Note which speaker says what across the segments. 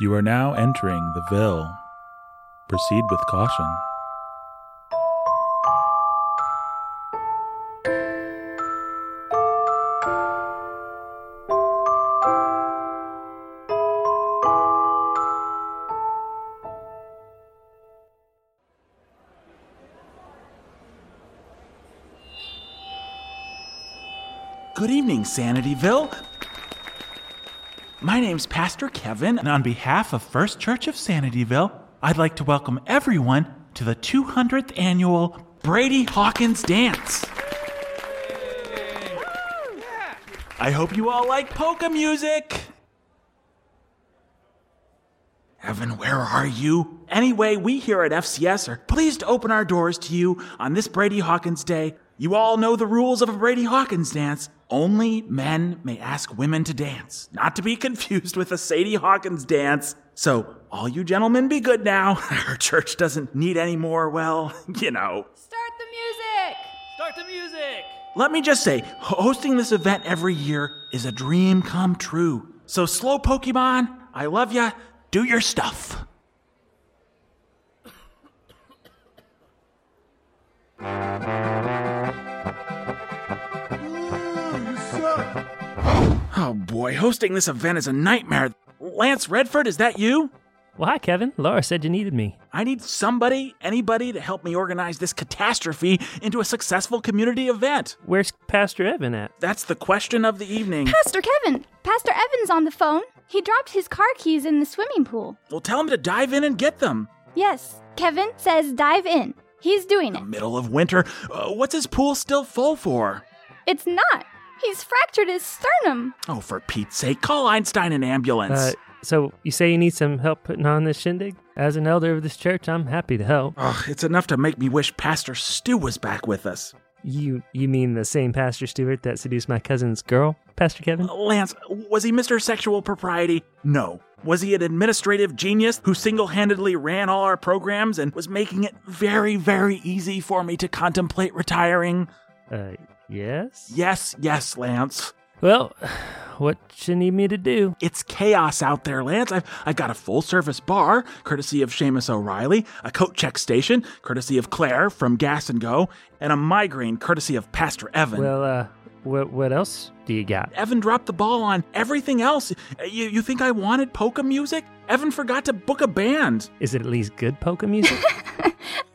Speaker 1: You are now entering the Ville. Proceed with caution. Good evening, Sanityville. My name's Pastor Kevin, and on behalf of First Church of Sanityville, I'd like to welcome everyone to the 200th annual Brady Hawkins Dance. I hope you all like polka music. Evan, where are you? Anyway, we here at FCS are pleased to open our doors to you on this Brady Hawkins Day. You all know the rules of a Brady Hawkins dance. Only men may ask women to dance, not to be confused with a Sadie Hawkins dance. So, all you gentlemen be good now. Our church doesn't need any more, well, you know.
Speaker 2: Start the music!
Speaker 3: Start the music!
Speaker 1: Let me just say, hosting this event every year is a dream come true. So, slow Pokemon, I love ya. Do your stuff. Oh boy, hosting this event is a nightmare. Lance Redford, is that you?
Speaker 3: Well, hi, Kevin. Laura said you needed me.
Speaker 1: I need somebody, anybody, to help me organize this catastrophe into a successful community event.
Speaker 3: Where's Pastor Evan at?
Speaker 1: That's the question of the evening.
Speaker 4: Pastor Kevin! Pastor Evan's on the phone. He dropped his car keys in the swimming pool.
Speaker 1: Well, tell him to dive in and get them.
Speaker 4: Yes, Kevin says dive in. He's doing it.
Speaker 1: Middle of winter. Uh, what's his pool still full for?
Speaker 4: It's not. He's fractured his sternum.
Speaker 1: Oh, for Pete's sake, call Einstein an ambulance.
Speaker 3: Uh, so you say you need some help putting on this shindig? As an elder of this church, I'm happy to help.
Speaker 1: Ugh, it's enough to make me wish Pastor Stu was back with us.
Speaker 3: You you mean the same Pastor Stewart that seduced my cousin's girl, Pastor Kevin?
Speaker 1: Lance, was he Mr. Sexual Propriety? Oh, No. Was he an administrative genius who single handedly ran all our programs and was making it very, very easy for me to contemplate retiring?
Speaker 3: Uh, yes.
Speaker 1: Yes, yes, Lance.
Speaker 3: Well, what you need me to do?
Speaker 1: It's chaos out there, Lance. I've, I've got a full service bar, courtesy of Seamus O'Reilly, a coat check station, courtesy of Claire from Gas and Go, and a migraine, courtesy of Pastor Evan.
Speaker 3: Well, uh, what what else do you got?
Speaker 1: Evan dropped the ball on everything else. You, you think I wanted polka music? Evan forgot to book a band.
Speaker 3: Is it at least good polka music?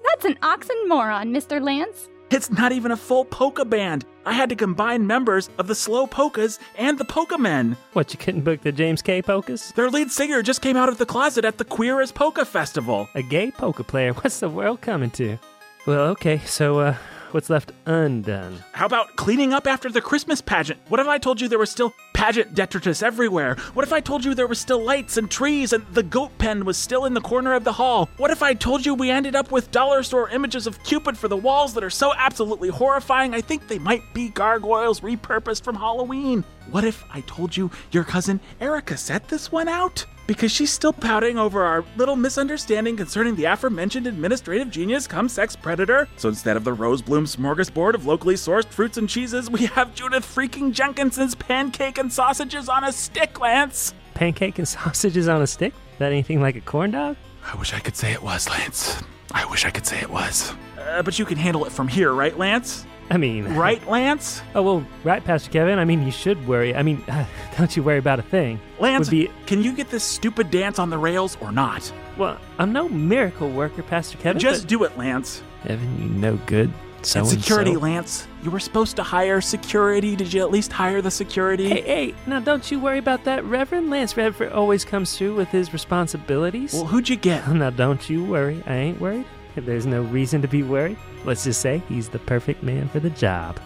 Speaker 4: That's an oxymoron, Mr. Lance.
Speaker 1: It's not even a full polka band. I had to combine members of the Slow Polkas and the Polka Men.
Speaker 3: what you couldn't book the James K. Polkas?
Speaker 1: Their lead singer just came out of the closet at the Queer as Polka Festival.
Speaker 3: A gay polka player? What's the world coming to? Well, okay. So, uh, what's left undone?
Speaker 1: How about cleaning up after the Christmas pageant? What if I told you there was still pageant detritus everywhere? What if I told you there were still lights and trees and the goat pen was still in the corner of the hall? What if I told you we ended up with dollar store images of Cupid for the walls that are so absolutely horrifying I think they might be gargoyles repurposed from Halloween? What if I told you your cousin Erica set this one out? Because she's still pouting over our little misunderstanding concerning the aforementioned administrative genius come sex predator. So instead of the rose bloom smorgasbord of locally sourced fruits and cheeses, we have Judith freaking Jenkinson's pancake and sausages on a stick, Lance!
Speaker 3: Pancake and sausages on a stick? That anything like a corn dog?
Speaker 1: I wish I could say it was, Lance. I wish I could say it was. Uh, but you can handle it from here, right, Lance?
Speaker 3: I mean,
Speaker 1: Right, Lance?
Speaker 3: Oh well, right, Pastor Kevin. I mean, you should worry. I mean, don't you worry about a thing.
Speaker 1: Lance,
Speaker 3: would be
Speaker 1: can you get this stupid dance on the rails or not?
Speaker 3: well. I'm no miracle worker, Pastor Kevin.
Speaker 1: Just do it, Lance.
Speaker 3: but- Evan, you no good. So
Speaker 1: and security,
Speaker 3: so.
Speaker 1: Lance. You were supposed to hire security. Did you at least hire the security?
Speaker 3: Hey, hey, now don't you worry about that. Reverend Lance Redford always comes through with his responsibilities.
Speaker 1: Well, who'd you get?
Speaker 3: now don't you worry. I ain't worried. There's no reason to be worried. Let's just say he's the perfect man for the job.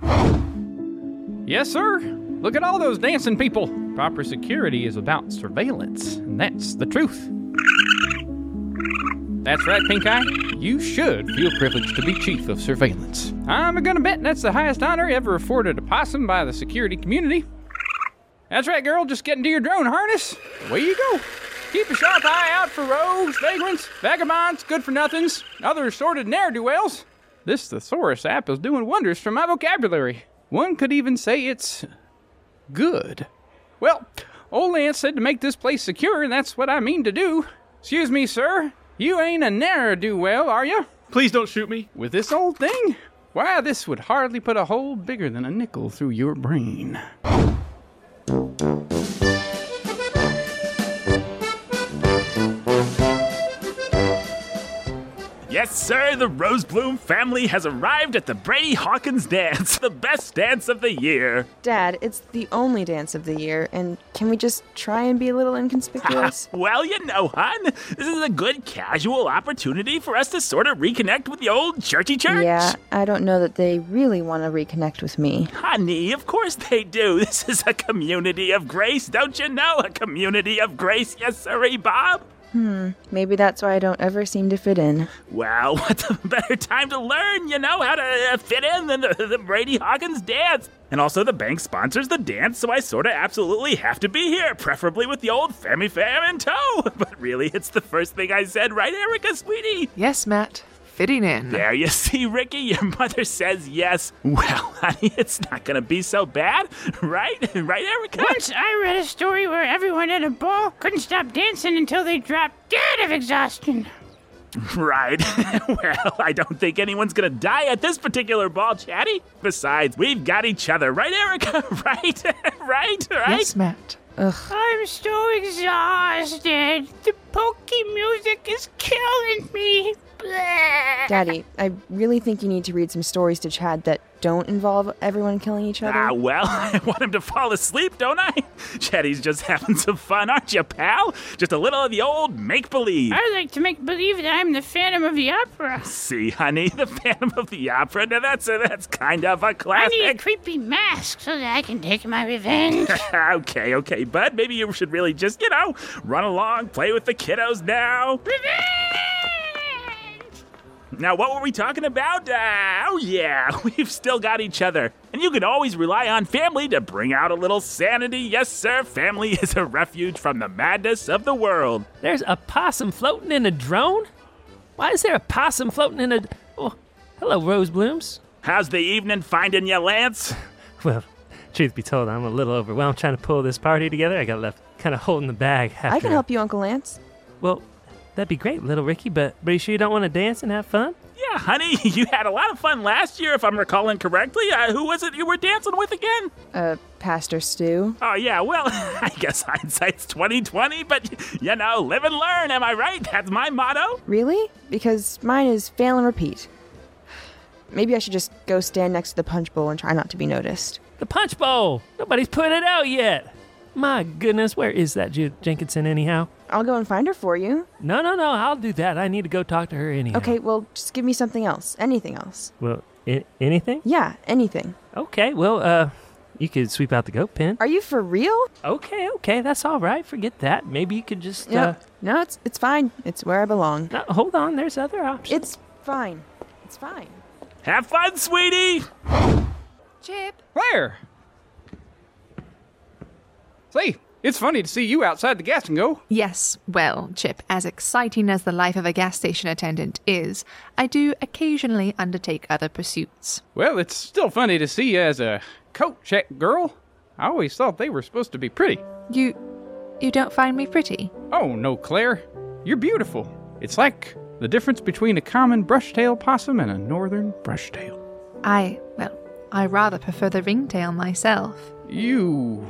Speaker 5: Yes, sir. Look at all those dancing people. Proper security is about surveillance, and that's the truth. That's right, Pink Eye. You should feel privileged to be chief of surveillance. I'm gonna bet that's the highest honor ever afforded a possum by the security community. That's right, girl. Just get into your drone harness. Away you go. Keep a sharp eye out for rogues, vagrants, vagabonds, good for nothings, other assorted ne'er do wells. This thesaurus app is doing wonders for my vocabulary. One could even say it's good. Well, Old Lance said to make this place secure, and that's what I mean to do. Excuse me, sir. You ain't a ne'er do well, are you?
Speaker 6: Please don't shoot me.
Speaker 5: With this old thing? Why, this would hardly put a hole bigger than a nickel through your brain.
Speaker 1: Yes, sir, the Rosebloom family has arrived at the Brady Hawkins dance, the best dance of the year.
Speaker 7: Dad, it's the only dance of the year, and can we just try and be a little inconspicuous?
Speaker 1: Well, you know, hon, this is a good casual opportunity for us to sort of reconnect with the old churchy church.
Speaker 7: yeah, I don't know that they really want to reconnect with me.
Speaker 1: Honey, of course they do. This is a community of grace, don't you know? A community of grace, yes, sirree, Bob.
Speaker 7: Hmm, Maybe that's why I don't ever seem to fit in.
Speaker 1: Well, what's a better time to learn, you know, how to uh, fit in than the, the Brady Hawkins dance? And also, the bank sponsors the dance, so I sort of absolutely have to be here, preferably with the old Fammy Fam in tow. But really, it's the first thing I said, right, Erica, sweetie?
Speaker 8: Yes, Matt. Fitting in.
Speaker 1: There you see, Ricky, your mother says yes. Well, honey, it's not gonna be so bad, right? Right, Erica?
Speaker 9: Once I read a story where everyone at a ball couldn't stop dancing until they dropped dead of exhaustion.
Speaker 1: Right. well, I don't think anyone's gonna die at this particular ball, Chatty. Besides, we've got each other, right, Erica? right? right? Right?
Speaker 8: Yes, Matt.
Speaker 9: I'm so exhausted. The pokey music is killing me. Bleh.
Speaker 7: Daddy, I really think you need to read some stories to Chad that don't involve everyone killing each other.
Speaker 1: Ah, well, I want him to fall asleep, don't I? Chatty's just having some fun, aren't you, pal? Just a little of the old make believe.
Speaker 9: I like to make believe that I'm the Phantom of the Opera.
Speaker 1: See, honey, the Phantom of the Opera. Now that's a, that's kind of a
Speaker 9: I need a
Speaker 1: classic.
Speaker 9: creepy mask so that I can take my revenge.
Speaker 1: okay, okay, bud. Maybe you should really just, you know, run along, play with the kiddos now.
Speaker 9: revenge!
Speaker 1: Now, what were we talking about? Uh, oh, yeah, we've still got each other. And you can always rely on family to bring out a little sanity. Yes, sir, family is a refuge from the madness of the world.
Speaker 3: There's a possum floating in a drone? Why is there a possum floating in a. Oh, hello, Rose Blooms.
Speaker 1: How's the evening finding you, Lance?
Speaker 3: Well, truth be told, I'm a little overwhelmed trying to pull this party together. I got left kind of holding the bag. After.
Speaker 7: I can help you, Uncle Lance.
Speaker 3: Well, that'd be great, little Ricky, but, but are you sure you don't want to dance and have fun?
Speaker 1: Yeah, honey, you had a lot of fun last year, if I'm recalling correctly. Uh, who was it you were dancing with again?
Speaker 7: Uh, Pastor Stu.
Speaker 1: Oh, yeah, well, I guess hindsight's 2020, but you know, live and learn, am I right? That's my motto.
Speaker 7: Really? Because mine is fail and repeat. Maybe I should just go stand next to the punch bowl and try not to be noticed.
Speaker 3: The Punch Bowl! Nobody's put it out yet! My goodness, where is that Judith Jenkinson, anyhow?
Speaker 7: I'll go and find her for you.
Speaker 3: No, no, no, I'll do that. I need to go talk to her anyhow.
Speaker 7: Okay, well, just give me something else. Anything else.
Speaker 3: Well, I- anything?
Speaker 7: Yeah, anything.
Speaker 3: Okay, well, uh, you could sweep out the goat pen.
Speaker 7: Are you for real?
Speaker 3: Okay, okay, that's all right. Forget that. Maybe you could just, uh,
Speaker 7: No, it's it's fine. It's where I belong.
Speaker 3: no, hold on, there's other options.
Speaker 7: It's fine. It's fine.
Speaker 1: Have fun, sweetie.
Speaker 8: Chip.
Speaker 5: Claire! See, it's funny to see you outside the gas and go.
Speaker 8: Yes, well, Chip, as exciting as the life of a gas station attendant is, I do occasionally undertake other pursuits.
Speaker 5: Well, it's still funny to see you as a coat check girl. I always thought they were supposed to be pretty.
Speaker 8: You. you don't find me pretty?
Speaker 5: Oh, no, Claire. You're beautiful. It's like the difference between a common brushtail possum and a northern brushtail.
Speaker 8: I. well, I rather prefer the ringtail myself.
Speaker 5: You.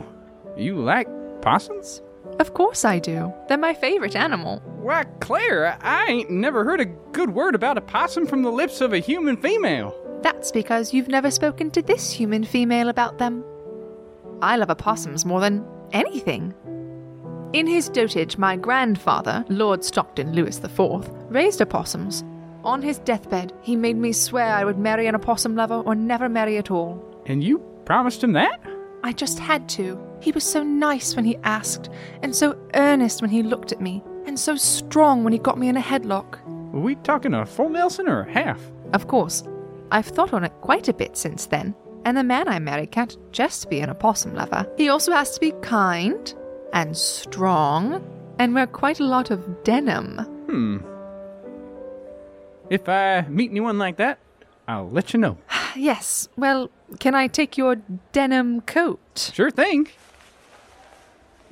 Speaker 5: you like possums?
Speaker 8: Of course I do. They're my favorite animal.
Speaker 5: Why, Claire, I ain't never heard a good word about a possum from the lips of a human female.
Speaker 8: That's because you've never spoken to this human female about them. I love opossums more than anything. In his dotage, my grandfather, Lord Stockton Lewis IV, raised opossums. On his deathbed, he made me swear I would marry an opossum lover or never marry at all.
Speaker 5: And you promised him that?
Speaker 8: I just had to. He was so nice when he asked, and so earnest when he looked at me, and so strong when he got me in a headlock.
Speaker 5: Were we talking a full Nelson or a half?
Speaker 8: Of course, I've thought on it quite a bit since then, and the man I marry can't just be an opossum lover. He also has to be kind and strong and wear quite a lot of denim.
Speaker 5: Hmm. If I meet anyone like that, I'll let you know.
Speaker 8: Yes, well, can I take your denim coat?
Speaker 5: Sure thing.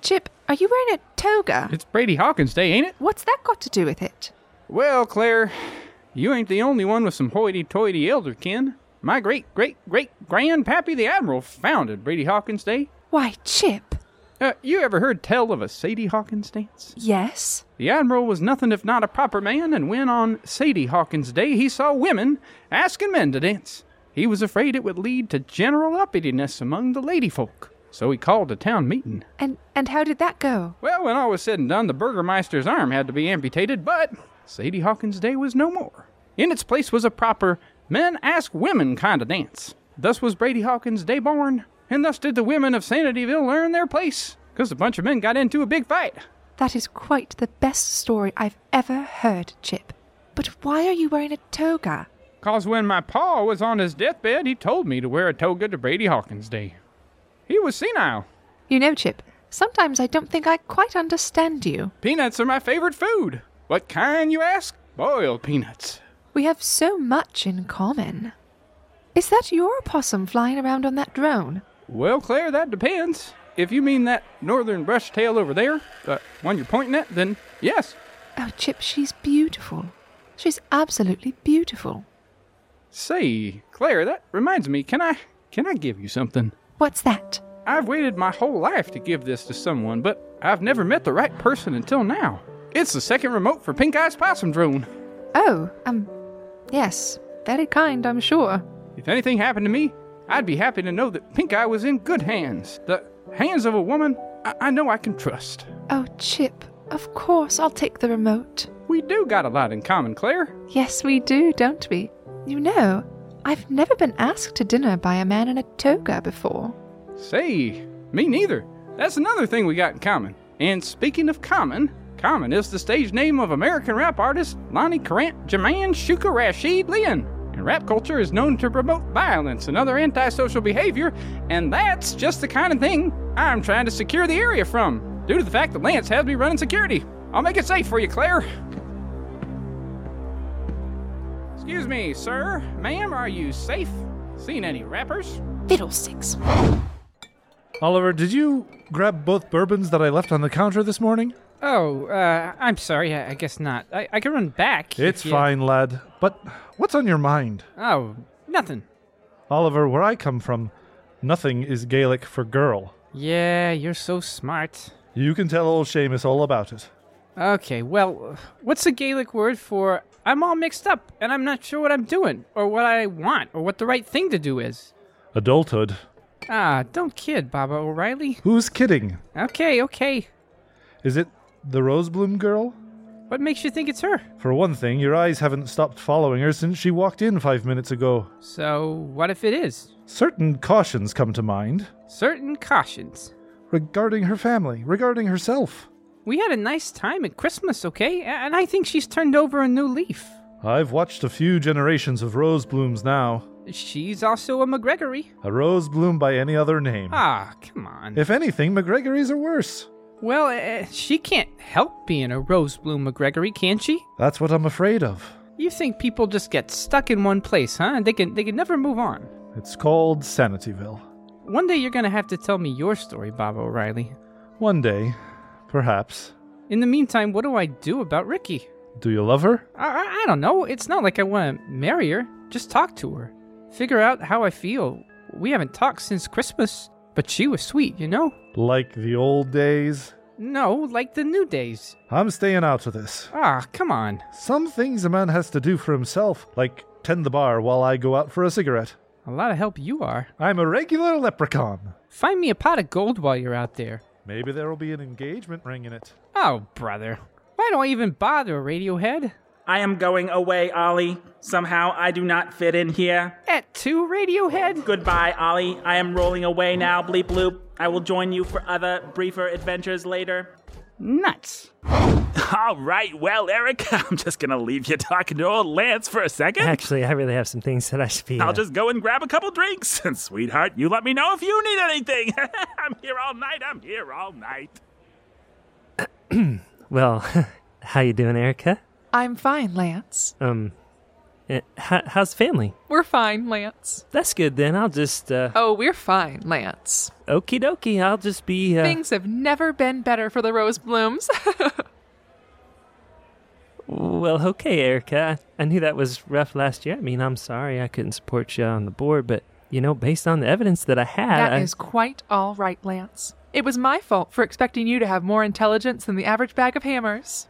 Speaker 10: Chip, are you wearing a toga?
Speaker 5: It's Brady Hawkins Day, ain't it?
Speaker 10: What's that got to do with it?
Speaker 5: Well, Claire, you ain't the only one with some hoity toity elder kin. My great great great grandpappy the Admiral founded Brady Hawkins Day.
Speaker 10: Why, Chip?
Speaker 5: Uh, you ever heard tell of a Sadie Hawkins dance?
Speaker 10: Yes.
Speaker 5: The Admiral was nothing if not a proper man, and when on Sadie Hawkins Day he saw women asking men to dance, he was afraid it would lead to general uppityness among the lady folk. So he called a town meeting.
Speaker 10: And and how did that go?
Speaker 5: Well, when all was said and done, the Burgermeister's arm had to be amputated, but Sadie Hawkins Day was no more. In its place was a proper men ask women kind of dance. Thus was Brady Hawkins Day born, and thus did the women of Sanityville learn their place, 'cause a bunch of men got into a big fight.
Speaker 10: That is quite the best story I've ever heard, Chip. But why are you wearing a toga?
Speaker 5: 'Cause when my pa was on his deathbed, he told me to wear a toga to Brady Hawkins Day. He was senile.
Speaker 10: You know, Chip, sometimes I don't think I quite understand you.
Speaker 5: Peanuts are my favorite food. What kind, you ask? Boiled peanuts.
Speaker 10: We have so much in common. Is that your opossum flying around on that drone?
Speaker 5: Well, Claire, that depends. If you mean that northern brush tail over there, the one you're pointing at, then yes.
Speaker 10: Oh, Chip, she's beautiful. She's absolutely beautiful.
Speaker 5: Say, Claire, that reminds me. Can I can I give you something?
Speaker 10: What's that?
Speaker 5: I've waited my whole life to give this to someone, but I've never met the right person until now. It's the second remote for Pink Eye's possum drone.
Speaker 10: Oh, um, yes, very kind, I'm sure.
Speaker 5: If anything happened to me, I'd be happy to know that Pink Eye was in good hands. The hands of a woman I, I know I can trust.
Speaker 10: Oh, Chip, of course I'll take the remote.
Speaker 5: We do got a lot in common, Claire.
Speaker 10: Yes, we do, don't we? You know, I've never been asked to dinner by a man in a toga before.
Speaker 5: Say, me neither. That's another thing we got in common. And speaking of common, common is the stage name of American rap artist Lonnie Courant Jaman Shuka Rashid Leon. And rap culture is known to promote violence and other antisocial behavior, and that's just the kind of thing I'm trying to secure the area from, due to the fact that Lance has me running security. I'll make it safe for you, Claire. Excuse me, sir. Ma'am, are you safe? Seen any rappers?
Speaker 10: Fiddlesticks.
Speaker 2: Oliver, did you grab both bourbons that I left on the counter this morning?
Speaker 5: Oh, uh, I'm sorry. I, I guess not. I, I can run back.
Speaker 2: It's
Speaker 5: if you-
Speaker 2: fine, lad. But what's on your mind?
Speaker 5: Oh, nothing.
Speaker 2: Oliver, where I come from, nothing is Gaelic for girl.
Speaker 5: Yeah, you're so smart.
Speaker 2: You can tell old Seamus all about it.
Speaker 5: Okay, well, what's the Gaelic word for I'm all mixed up and I'm not sure what I'm doing or what I want or what the right thing to do is?
Speaker 2: Adulthood.
Speaker 5: Ah, don't kid, Baba O'Reilly.
Speaker 2: Who's kidding?
Speaker 5: Okay, okay.
Speaker 2: Is it the Rosebloom girl?
Speaker 5: What makes you think it's her?
Speaker 2: For one thing, your eyes haven't stopped following her since she walked in five minutes ago.
Speaker 5: So, what if it is?
Speaker 2: Certain cautions come to mind
Speaker 5: Certain cautions.
Speaker 2: regarding her family, regarding herself.
Speaker 5: We had a nice time at Christmas, okay? A- And I think she's turned over a new leaf.
Speaker 2: I've watched a few generations of rose blooms now.
Speaker 5: She's also a McGregory.
Speaker 2: A rose bloom by any other name.
Speaker 5: Ah, come on.
Speaker 2: If anything, McGregory's are worse.
Speaker 5: Well, uh, she can't help being a Rosebloom McGregory, can she?
Speaker 2: That's what I'm afraid of.
Speaker 5: You think people just get stuck in one place, huh? And they can they can never move on.
Speaker 2: It's called Sanityville.
Speaker 5: One day you're gonna have to tell me your story, Bob O'Reilly.
Speaker 2: One day, perhaps.
Speaker 5: In the meantime, what do I do about Ricky?
Speaker 2: Do you love her?
Speaker 5: I, I, I don't know. It's not like I want to marry her. Just talk to her. Figure out how I feel. We haven't talked since Christmas, but she was sweet, you know?
Speaker 2: Like the old days?
Speaker 5: No, like the new days.
Speaker 2: I'm staying out of this.
Speaker 5: Ah, come on.
Speaker 2: Some things a man has to do for himself, like tend the bar while I go out for a cigarette.
Speaker 5: A lot of help you are.
Speaker 2: I'm a regular leprechaun.
Speaker 5: Find me a pot of gold while you're out there.
Speaker 2: Maybe there'll be an engagement ring in it.
Speaker 5: Oh, brother. Why do I even bother, Radiohead?
Speaker 11: I am going away, Ollie. Somehow I do not fit in here.
Speaker 5: At two, Radiohead?
Speaker 11: Goodbye, Ollie. I am rolling away now, bleep loop. I will join you for other briefer adventures later.
Speaker 9: Nuts.
Speaker 1: All right, well, Eric, I'm just gonna leave you talking to old Lance for a second.
Speaker 3: Actually, I really have some things that I should be. uh,
Speaker 1: I'll just go and grab a couple drinks. And sweetheart, you let me know if you need anything. I'm here all night. I'm here all night.
Speaker 3: Well, how you doing, Erica?
Speaker 10: I'm fine, Lance.
Speaker 3: Um, Eh, ho- how's family?
Speaker 10: We're fine, Lance.
Speaker 3: That's good then. I'll just, uh,
Speaker 10: Oh, we're fine, Lance.
Speaker 1: Oh.
Speaker 3: okie dokie. I'll just be, uh,
Speaker 10: Things have never been better for the rose blooms.
Speaker 3: well, okay, Erica. I I knew that was rough last year. I mean, I'm sorry I couldn't support you on the board, but, you know, based on the evidence that I had,
Speaker 10: That is
Speaker 3: I,
Speaker 10: quite all right, Lance. It was my fault for expecting you to have more intelligence than the average bag of hammers.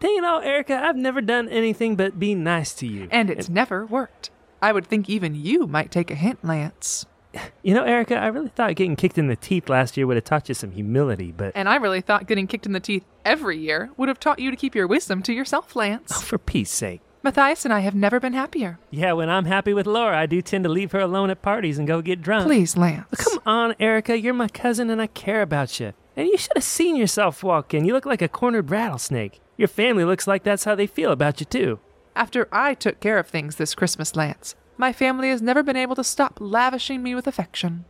Speaker 3: dang it all, Erica, I've never done anything but be nice to you.
Speaker 10: And it's never worked. I would think even you might take a hint, Lance.
Speaker 3: You know, Erica, I really thought getting kicked in the teeth last year would have taught you some humility, but
Speaker 10: And I really thought getting kicked in the teeth every year would have taught you to keep your wisdom to yourself,
Speaker 3: oh,
Speaker 10: Lance.
Speaker 3: for peace sake.
Speaker 10: Matthias and I have never been happier.
Speaker 3: Yeah, when I'm happy with Laura, I do tend to leave her alone at parties and go get drunk.
Speaker 10: Please, Lance.
Speaker 3: Come on, Erica, you're my cousin and I care about you. And you should have seen yourself walk in. You look like a cornered rattlesnake. Your family looks like that's how they feel about you, too.
Speaker 10: After I took care of things this Christmas, Lance, my family has never been able to stop lavishing me with affection.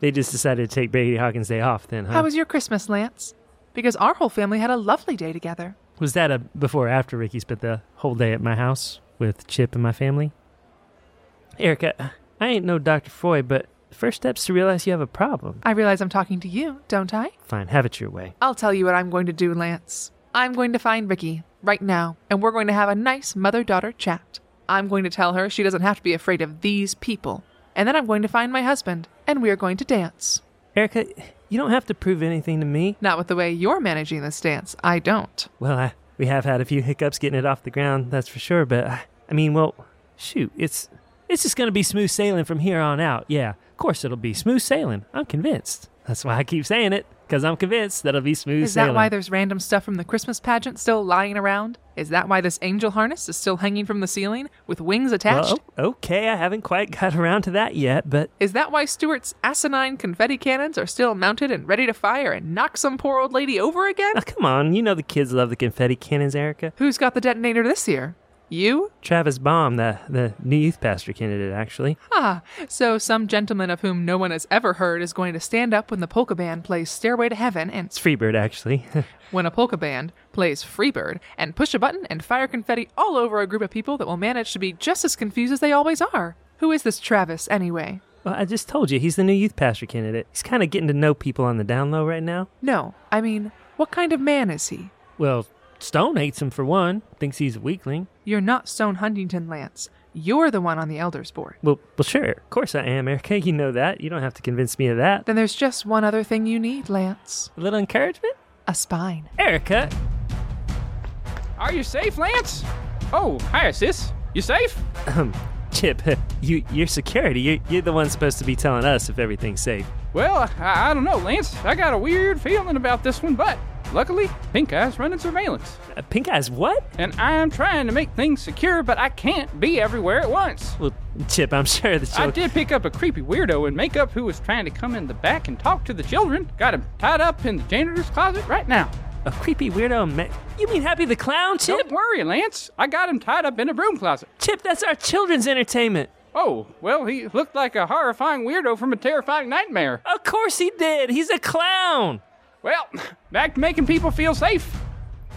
Speaker 3: They just decided to take Brady Hawkins' day off then, huh?
Speaker 10: How was your Christmas, Lance? Because our whole family had a lovely day together.
Speaker 3: Was that a before or after Ricky spent the whole day at my house with Chip and my family? Erica, I ain't no Dr. Foy, but the first step's to realize you have a problem.
Speaker 10: I realize I'm talking to you, don't I?
Speaker 3: Fine, have it your way.
Speaker 10: I'll tell you what I'm going to do, Lance. I'm going to find Ricky right now, and we're going to have a nice mother daughter chat. I'm going to tell her she doesn't have to be afraid of these people. And then I'm going to find my husband, and we are going to dance.
Speaker 3: Erica, you don't have to prove anything to me.
Speaker 10: Not with the way you're managing this dance, I don't.
Speaker 3: Well, I, we have had a few hiccups getting it off the ground, that's for sure, but I, I mean, well, shoot, it's it's just going to be smooth sailing from here on out. Yeah, of course it'll be smooth sailing. I'm convinced. That's why I keep saying it, because I'm convinced that'll be smooth
Speaker 10: Is
Speaker 3: sailing.
Speaker 10: that why there's random stuff from the Christmas pageant still lying around? Is that why this angel harness is still hanging from the ceiling with wings attached?
Speaker 3: Well, o- okay, I haven't quite got around to that yet, but
Speaker 10: Is that why Stuart's asinine confetti cannons are still mounted and ready to fire and knock some poor old lady over again?
Speaker 3: oh, come on, you know the kids love the confetti cannons, Erica.
Speaker 10: Who's got the detonator this year? You?
Speaker 3: Travis Baum, the the new youth pastor candidate, actually.
Speaker 10: Ah, so some gentleman of whom no one has ever heard is going to stand up when the polka band plays Stairway to Heaven and
Speaker 3: It's Freebird, actually.
Speaker 10: when a polka band plays Freebird and push a button and fire confetti all over a group of people that will manage to be just as confused as they always are. Who is this Travis anyway?
Speaker 3: well, I just told you he's the new youth pastor candidate. He's kind of getting to know people on the down low right now.
Speaker 10: No, I mean, what kind of man is he?
Speaker 3: Well, Stone hates him for one. Thinks he's a weakling.
Speaker 10: You're not Stone Huntington Lance. You're the one on the elders board.
Speaker 3: Well, well, sure, of course I am, Erica. You know that. You don't have to convince me of that.
Speaker 10: Then there's just one other thing you need, Lance.
Speaker 3: A little encouragement, Eh.
Speaker 10: A spine.
Speaker 3: Erica.
Speaker 5: Are you safe, Lance? Oh, hi, sis. You safe?
Speaker 3: Um, Chip, you you're security. You're, you're the one supposed to be telling us if everything's safe.
Speaker 5: Well, I, I don't know, Lance. I got a weird feeling about this one, but luckily, Pink Eye's running surveillance.
Speaker 3: Uh, Pink Eyes, what?
Speaker 5: And I'm trying to make things secure, but I can't be everywhere at once.
Speaker 3: Well, Chip, I'm sure the
Speaker 5: I
Speaker 3: children.
Speaker 5: did pick up a creepy weirdo in makeup who was trying to come in the back and talk to the children. Got him tied up in the janitor's closet right now.
Speaker 3: A creepy weirdo. Ma- you mean Happy the Clown, Chip?
Speaker 5: Don't worry, Lance. I got him tied up in a broom closet.
Speaker 3: Chip, that's our children's entertainment.
Speaker 5: Oh, well, he looked like a horrifying weirdo from a terrifying nightmare.
Speaker 3: Of course he did. He's a clown.
Speaker 5: Well, back to making people feel safe.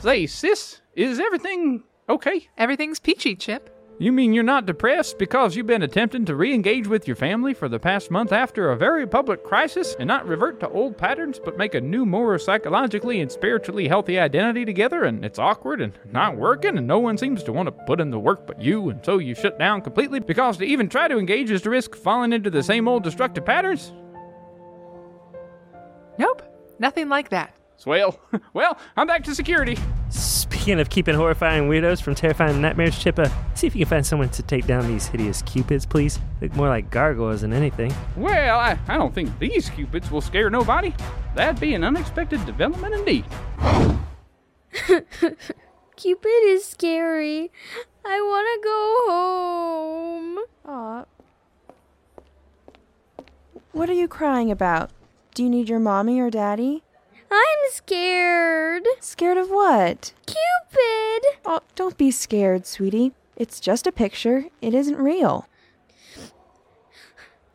Speaker 5: Say, sis, is everything okay?
Speaker 10: Everything's peachy, Chip.
Speaker 5: You mean you're not depressed because you've been attempting to re engage with your family for the past month after a very public crisis and not revert to old patterns but make a new, more psychologically and spiritually healthy identity together and it's awkward and not working and no one seems to want to put in the work but you and so you shut down completely because to even try to engage is to risk falling into the same old destructive patterns?
Speaker 10: Nope, nothing like that.
Speaker 5: Swell. well, I'm back to security.
Speaker 3: Speaking of keeping horrifying weirdos from terrifying nightmares, Chip, uh, see if you can find someone to take down these hideous cupids, please. Look more like gargoyles than anything.
Speaker 5: Well, I, I don't think these cupids will scare nobody. That'd be an unexpected development indeed.
Speaker 4: Cupid is scary. I want to go home.
Speaker 7: Aw. What are you crying about? Do you need your mommy or daddy?
Speaker 4: I'm scared.
Speaker 7: Scared of what?
Speaker 4: Cupid!
Speaker 7: Oh, don't be scared, sweetie. It's just a picture. It isn't real.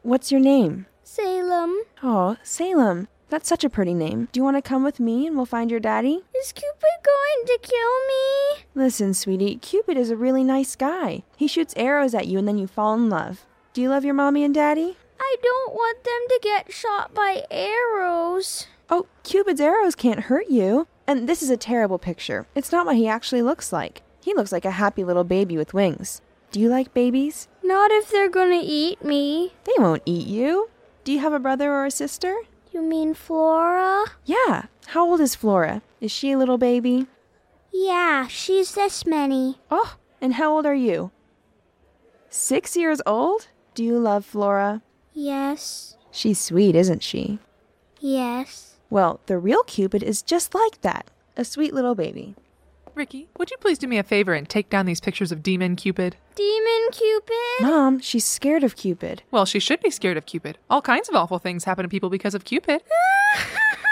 Speaker 7: What's your name?
Speaker 4: Salem.
Speaker 7: Oh, Salem. That's such a pretty name. Do you want to come with me and we'll find your daddy?
Speaker 4: Is Cupid going to kill me?
Speaker 7: Listen, sweetie, Cupid is a really nice guy. He shoots arrows at you and then you fall in love. Do you love your mommy and daddy?
Speaker 4: I don't want them to get shot by arrows.
Speaker 7: Oh, Cupid's arrows can't hurt you. And this is a terrible picture. It's not what he actually looks like. He looks like a happy little baby with wings. Do you like babies?
Speaker 4: Not if they're gonna eat me.
Speaker 7: They won't eat you. Do you have a brother or a sister?
Speaker 4: You mean Flora?
Speaker 7: Yeah. How old is Flora? Is she a little baby?
Speaker 4: Yeah, she's this many.
Speaker 7: Oh, and how old are you? Six years old? Do you love Flora?
Speaker 4: Yes,
Speaker 7: She's sweet, isn't she?
Speaker 4: yes.
Speaker 7: Well, the real Cupid is just like that a sweet little baby.
Speaker 10: Ricky, would you please do me a favor and take down these pictures of Demon Cupid?
Speaker 4: Demon Cupid?
Speaker 7: Mom, she's scared of Cupid.
Speaker 10: Well, she should be scared of Cupid. All kinds of awful things happen to people because of Cupid.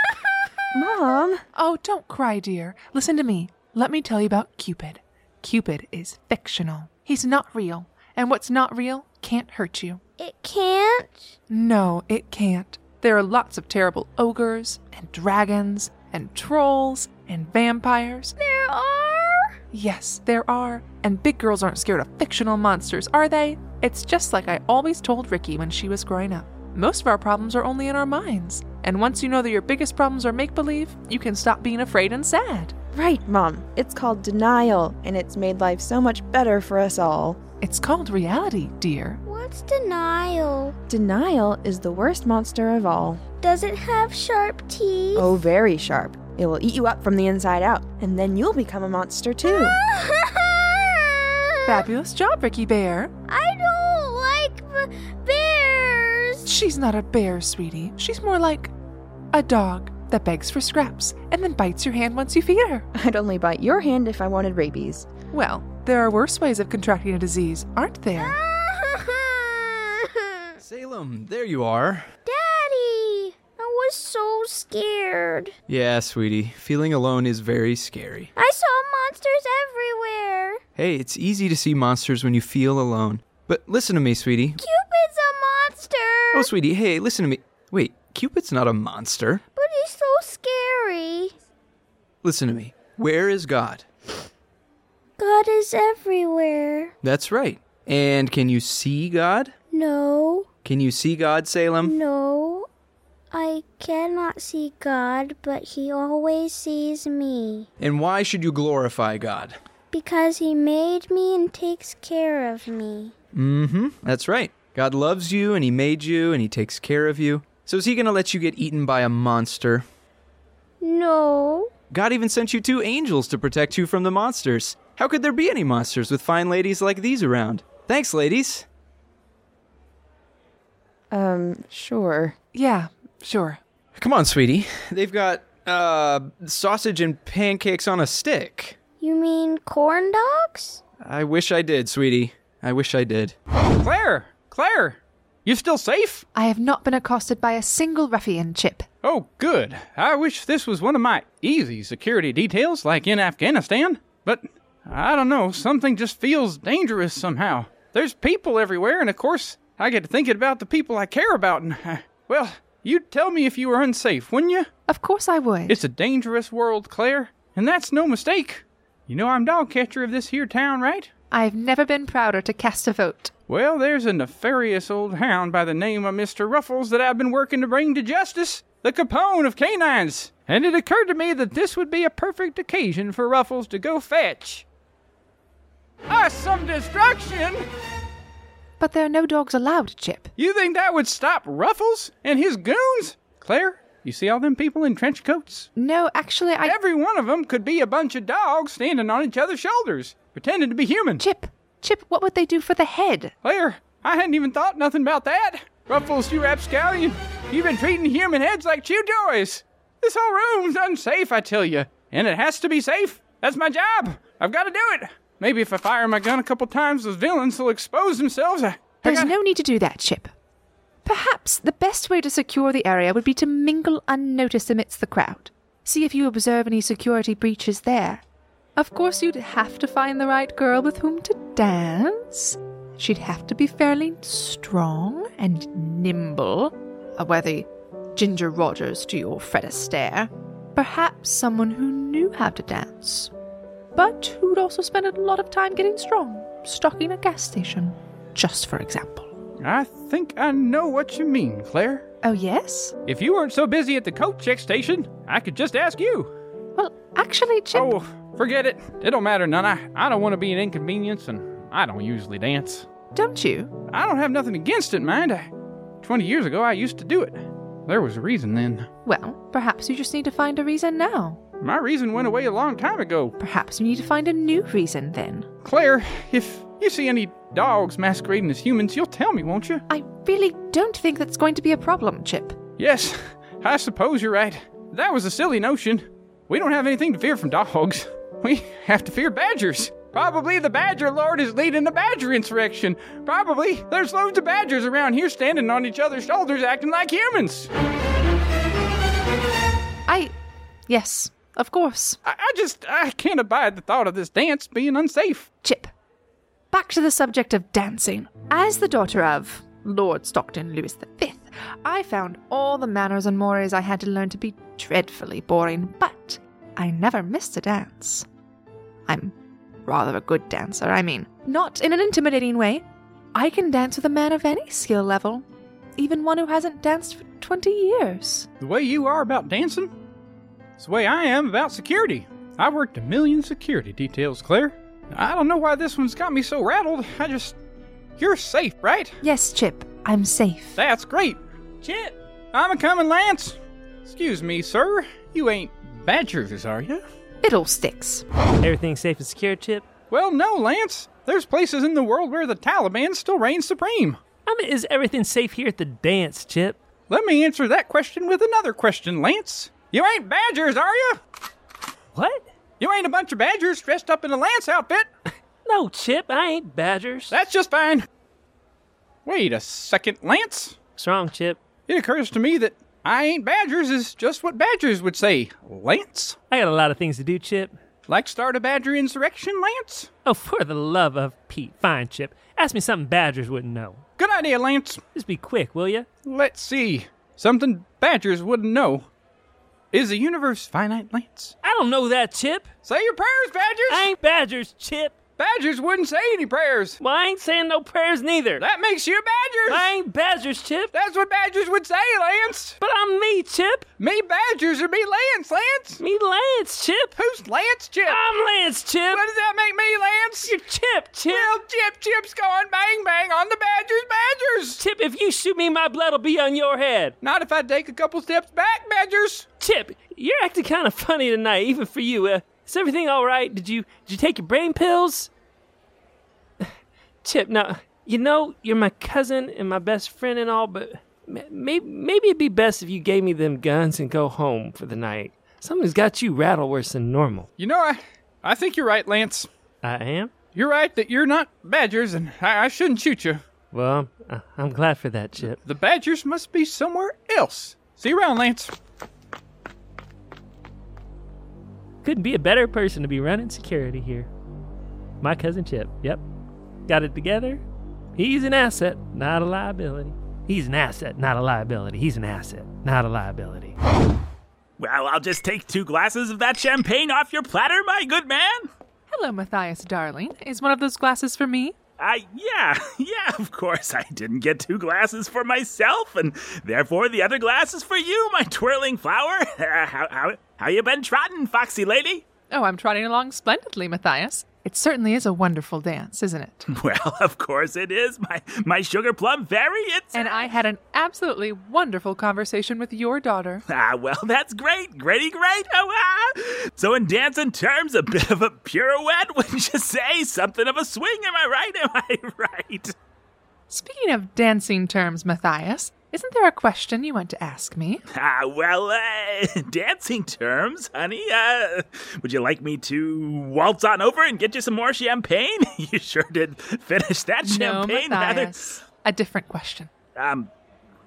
Speaker 7: Mom!
Speaker 10: Oh, don't cry, dear. Listen to me. Let me tell you about Cupid. Cupid is fictional. He's not real. And what's not real can't hurt you.
Speaker 4: It can't?
Speaker 10: No, it can't. There are lots of terrible ogres and dragons and trolls and vampires.
Speaker 4: There are?
Speaker 10: Yes, there are. And big girls aren't scared of fictional monsters, are they? It's just like I always told Ricky when she was growing up. Most of our problems are only in our minds. And once you know that your biggest problems are make believe, you can stop being afraid and sad.
Speaker 7: Right, Mom. It's called denial, and it's made life so much better for us all.
Speaker 10: It's called reality, dear.
Speaker 4: What's denial?
Speaker 7: Denial is the worst monster of all.
Speaker 4: Does it have sharp teeth?
Speaker 7: Oh, very sharp. It will eat you up from the inside out, and then you'll become a monster too.
Speaker 10: Fabulous job, Ricky Bear.
Speaker 4: I don't like b- bears.
Speaker 10: She's not a bear, sweetie. She's more like a dog that begs for scraps and then bites your hand once you feed her.
Speaker 7: I'd only bite your hand if I wanted rabies.
Speaker 10: Well, there are worse ways of contracting a disease, aren't there?
Speaker 7: Ah!
Speaker 12: Salem, there you are.
Speaker 4: Daddy, I was so scared.
Speaker 12: Yeah, sweetie, feeling alone is very scary.
Speaker 4: I saw monsters everywhere.
Speaker 12: Hey, it's easy to see monsters when you feel alone. But listen to me, sweetie.
Speaker 4: Cupid's a monster.
Speaker 12: Oh, sweetie, hey, listen to me. Wait, Cupid's not a monster.
Speaker 4: But he's so scary.
Speaker 12: Listen to me. Where is God?
Speaker 4: God is everywhere.
Speaker 12: That's right. And can you see God?
Speaker 4: No,
Speaker 12: Can you see God, Salem?
Speaker 4: no. I cannot see God, but he always sees me.
Speaker 12: And why should you glorify God?
Speaker 4: Because he made me and takes care of me.
Speaker 12: Mm hmm. That's right. God loves you and He made you and He takes care of you. So is He going to let you get eaten by a monster?
Speaker 4: No.
Speaker 12: God even sent you two angels to protect you from the monsters. How could there be any monsters with fine ladies like these around? Thanks, ladies.
Speaker 7: Um, sure.
Speaker 10: Yeah, sure.
Speaker 12: Come on, sweetie. They've got, uh, sausage and pancakes on a stick.
Speaker 4: You mean corn dogs?
Speaker 12: I wish I did, sweetie. I wish I did.
Speaker 5: Claire! Claire! You still safe?
Speaker 10: I have not been accosted by a single ruffian chip.
Speaker 5: Oh, good. I wish this was one of my easy security details, like in Afghanistan. But I don't know, something just feels dangerous somehow. There's people everywhere, and of course, I get to thinking about the people I care about, and I, well, you'd tell me if you were unsafe, wouldn't you?
Speaker 10: Of course I would.
Speaker 5: It's a dangerous world, Claire, and that's no mistake. You know I'm dog catcher of this here town, right?
Speaker 10: I've never been prouder to cast a vote.
Speaker 5: Well, there's a nefarious old hound by the name of Mr. Ruffles that I've been working to bring to justice, the Capone of canines. And it occurred to me that this would be a perfect occasion for Ruffles to go fetch us some destruction.
Speaker 10: But there are no dogs allowed, Chip.
Speaker 5: You think that would stop Ruffles and his goons? Claire, you see all them people in trench coats?
Speaker 10: No, actually, I.
Speaker 5: Every one of them could be a bunch of dogs standing on each other's shoulders, pretending to be human.
Speaker 10: Chip, Chip, what would they do for the head?
Speaker 5: Claire, I hadn't even thought nothing about that. Ruffles, you rapscallion. You've been treating human heads like chew toys. This whole room's unsafe, I tell you. And it has to be safe. That's my job. I've got to do it. Maybe if I fire my gun a couple times, those villains will expose themselves. I, I
Speaker 10: There's
Speaker 5: gotta-
Speaker 10: no need to do that, Chip. Perhaps the best way to secure the area would be to mingle unnoticed amidst the crowd. See if you observe any security breaches there. Of course, you'd have to find the right girl with whom to dance. She'd have to be fairly strong and nimble, a worthy Uh, Ginger Rogers to your Fred Astaire. Perhaps someone who knew how to dance, but who'd also spent a lot of time getting strong, stocking a gas station, just for example.
Speaker 5: I think I know what you mean, Claire.
Speaker 10: Oh, yes?
Speaker 5: If you weren't so busy at the coat check station, I could just ask you.
Speaker 10: Well, actually, Chip.
Speaker 5: Oh, forget it. It don't matter none. I, I don't want to be an inconvenience, and I don't usually dance.
Speaker 10: Don't you?
Speaker 5: I don't have nothing against it, mind. I, Twenty years ago, I used to do it. There was a reason then.
Speaker 10: Well, perhaps you just need to find a reason now.
Speaker 5: My reason went away a long time ago.
Speaker 10: Perhaps you need to find a new reason then.
Speaker 5: Claire, if you see any dogs masquerading as humans, you'll tell me, won't you?
Speaker 10: I really don't think that's going to be a problem, Chip.
Speaker 5: Yes, I suppose you're right. That was a silly notion. We don't have anything to fear from dogs. We have to fear badgers. Probably the badger lord is leading the badger insurrection. Probably there's loads of badgers around here standing on each other's shoulders acting like humans.
Speaker 10: I. Yes, of course.
Speaker 5: I, I just I can't abide the thought of this dance being unsafe.
Speaker 10: Chip, back to the subject of dancing. As the daughter of Lord Stockton Lewis V, I found all the manners and mores I had to learn to be dreadfully boring, but I never missed a dance. I'm rather a good dancer, I mean, not in an intimidating way. I can dance with a man of any skill level, even one who hasn't danced for 20 years.
Speaker 5: The way you are about dancing, it's the way I am about security. I worked a million security details, Claire. I don't know why this one's got me so rattled. I just. You're safe, right?
Speaker 10: Yes, Chip, I'm safe.
Speaker 5: That's great. Chip, I'm a coming, Lance. Excuse me, sir. You ain't badgers, are you?
Speaker 10: Fiddlesticks.
Speaker 3: Everything's safe and secure, Chip?
Speaker 5: Well, no, Lance. There's places in the world where the Taliban still reigns supreme.
Speaker 3: I mean, is everything safe here at the dance, Chip?
Speaker 5: Let me answer that question with another question, Lance. You ain't badgers, are you?
Speaker 3: What?
Speaker 5: You ain't a bunch of badgers dressed up in a Lance outfit.
Speaker 3: no, Chip, I ain't badgers.
Speaker 5: That's just fine. Wait a second, Lance.
Speaker 3: What's wrong, Chip?
Speaker 5: It occurs to me that I ain't badgers is just what badgers would say, Lance.
Speaker 3: I got a lot of things to do, Chip.
Speaker 5: Like start a badger insurrection, Lance?
Speaker 3: Oh, for the love of Pete. Fine, Chip. Ask me something badgers wouldn't know.
Speaker 5: Good idea, Lance.
Speaker 3: Just be quick, will you?
Speaker 5: Let's see. Something badgers wouldn't know. Is the universe finite, Lance?
Speaker 3: I don't know that, Chip.
Speaker 5: Say your prayers, badgers!
Speaker 3: I ain't badgers, Chip.
Speaker 5: Badgers wouldn't say any prayers.
Speaker 3: Well, I ain't saying no prayers neither.
Speaker 5: That makes you badgers!
Speaker 3: I ain't badgers, Chip.
Speaker 5: That's what badgers would say, Lance!
Speaker 3: But I'm me, Chip.
Speaker 5: Me badgers or me Lance, Lance?
Speaker 3: Me Lance, Chip.
Speaker 5: Who's Lance, Chip?
Speaker 3: I'm Lance, Chip.
Speaker 5: What does that make me, Lance?
Speaker 3: You're Chip, Chip.
Speaker 5: Well, Chip, Chip's going bang bang on the badgers, badgers!
Speaker 3: Chip, if you shoot me, my blood'll be on your head.
Speaker 5: Not if I take a couple steps back, badgers!
Speaker 3: Chip, you're acting kind of funny tonight, even for you. Uh, is everything all right? Did you did you take your brain pills? Chip, now you know you're my cousin and my best friend and all, but maybe maybe it'd be best if you gave me them guns and go home for the night. Something's got you rattled worse than normal.
Speaker 5: You know, I, I think you're right, Lance.
Speaker 3: I am.
Speaker 5: You're right that you're not badgers, and I, I shouldn't shoot you.
Speaker 3: Well, I'm, I'm glad for that, Chip.
Speaker 5: The badgers must be somewhere else. See you around, Lance.
Speaker 3: Couldn't be a better person to be running security here. My cousin Chip. Yep. Got it together. He's an asset, not a liability. He's an asset, not a liability. He's an asset, not a liability.
Speaker 1: Well, I'll just take two glasses of that champagne off your platter, my good man.
Speaker 10: Hello, Matthias, darling. Is one of those glasses for me?
Speaker 1: I, yeah, yeah, of course. I didn't get two glasses for myself, and therefore the other glass is for you, my twirling flower. how, how, how you been trotting, foxy lady?
Speaker 10: Oh, I'm trotting along splendidly, Matthias. It certainly is a wonderful dance, isn't it?
Speaker 1: Well, of course it is, my, my sugar plum fairy. It's
Speaker 10: and I had an absolutely wonderful conversation with your daughter.
Speaker 1: Ah, well, that's great, Grady, great. Oh, ah. So, in dancing terms, a bit of a pirouette, wouldn't you say? Something of a swing, am I right? Am I right?
Speaker 10: Speaking of dancing terms, Matthias, isn't there a question you want to ask me?
Speaker 1: Ah, well, uh, dancing terms, honey. Uh, would you like me to waltz on over and get you some more champagne? you sure did finish that champagne,
Speaker 10: no,
Speaker 1: rather.
Speaker 10: Matthias. A different question.
Speaker 1: Um,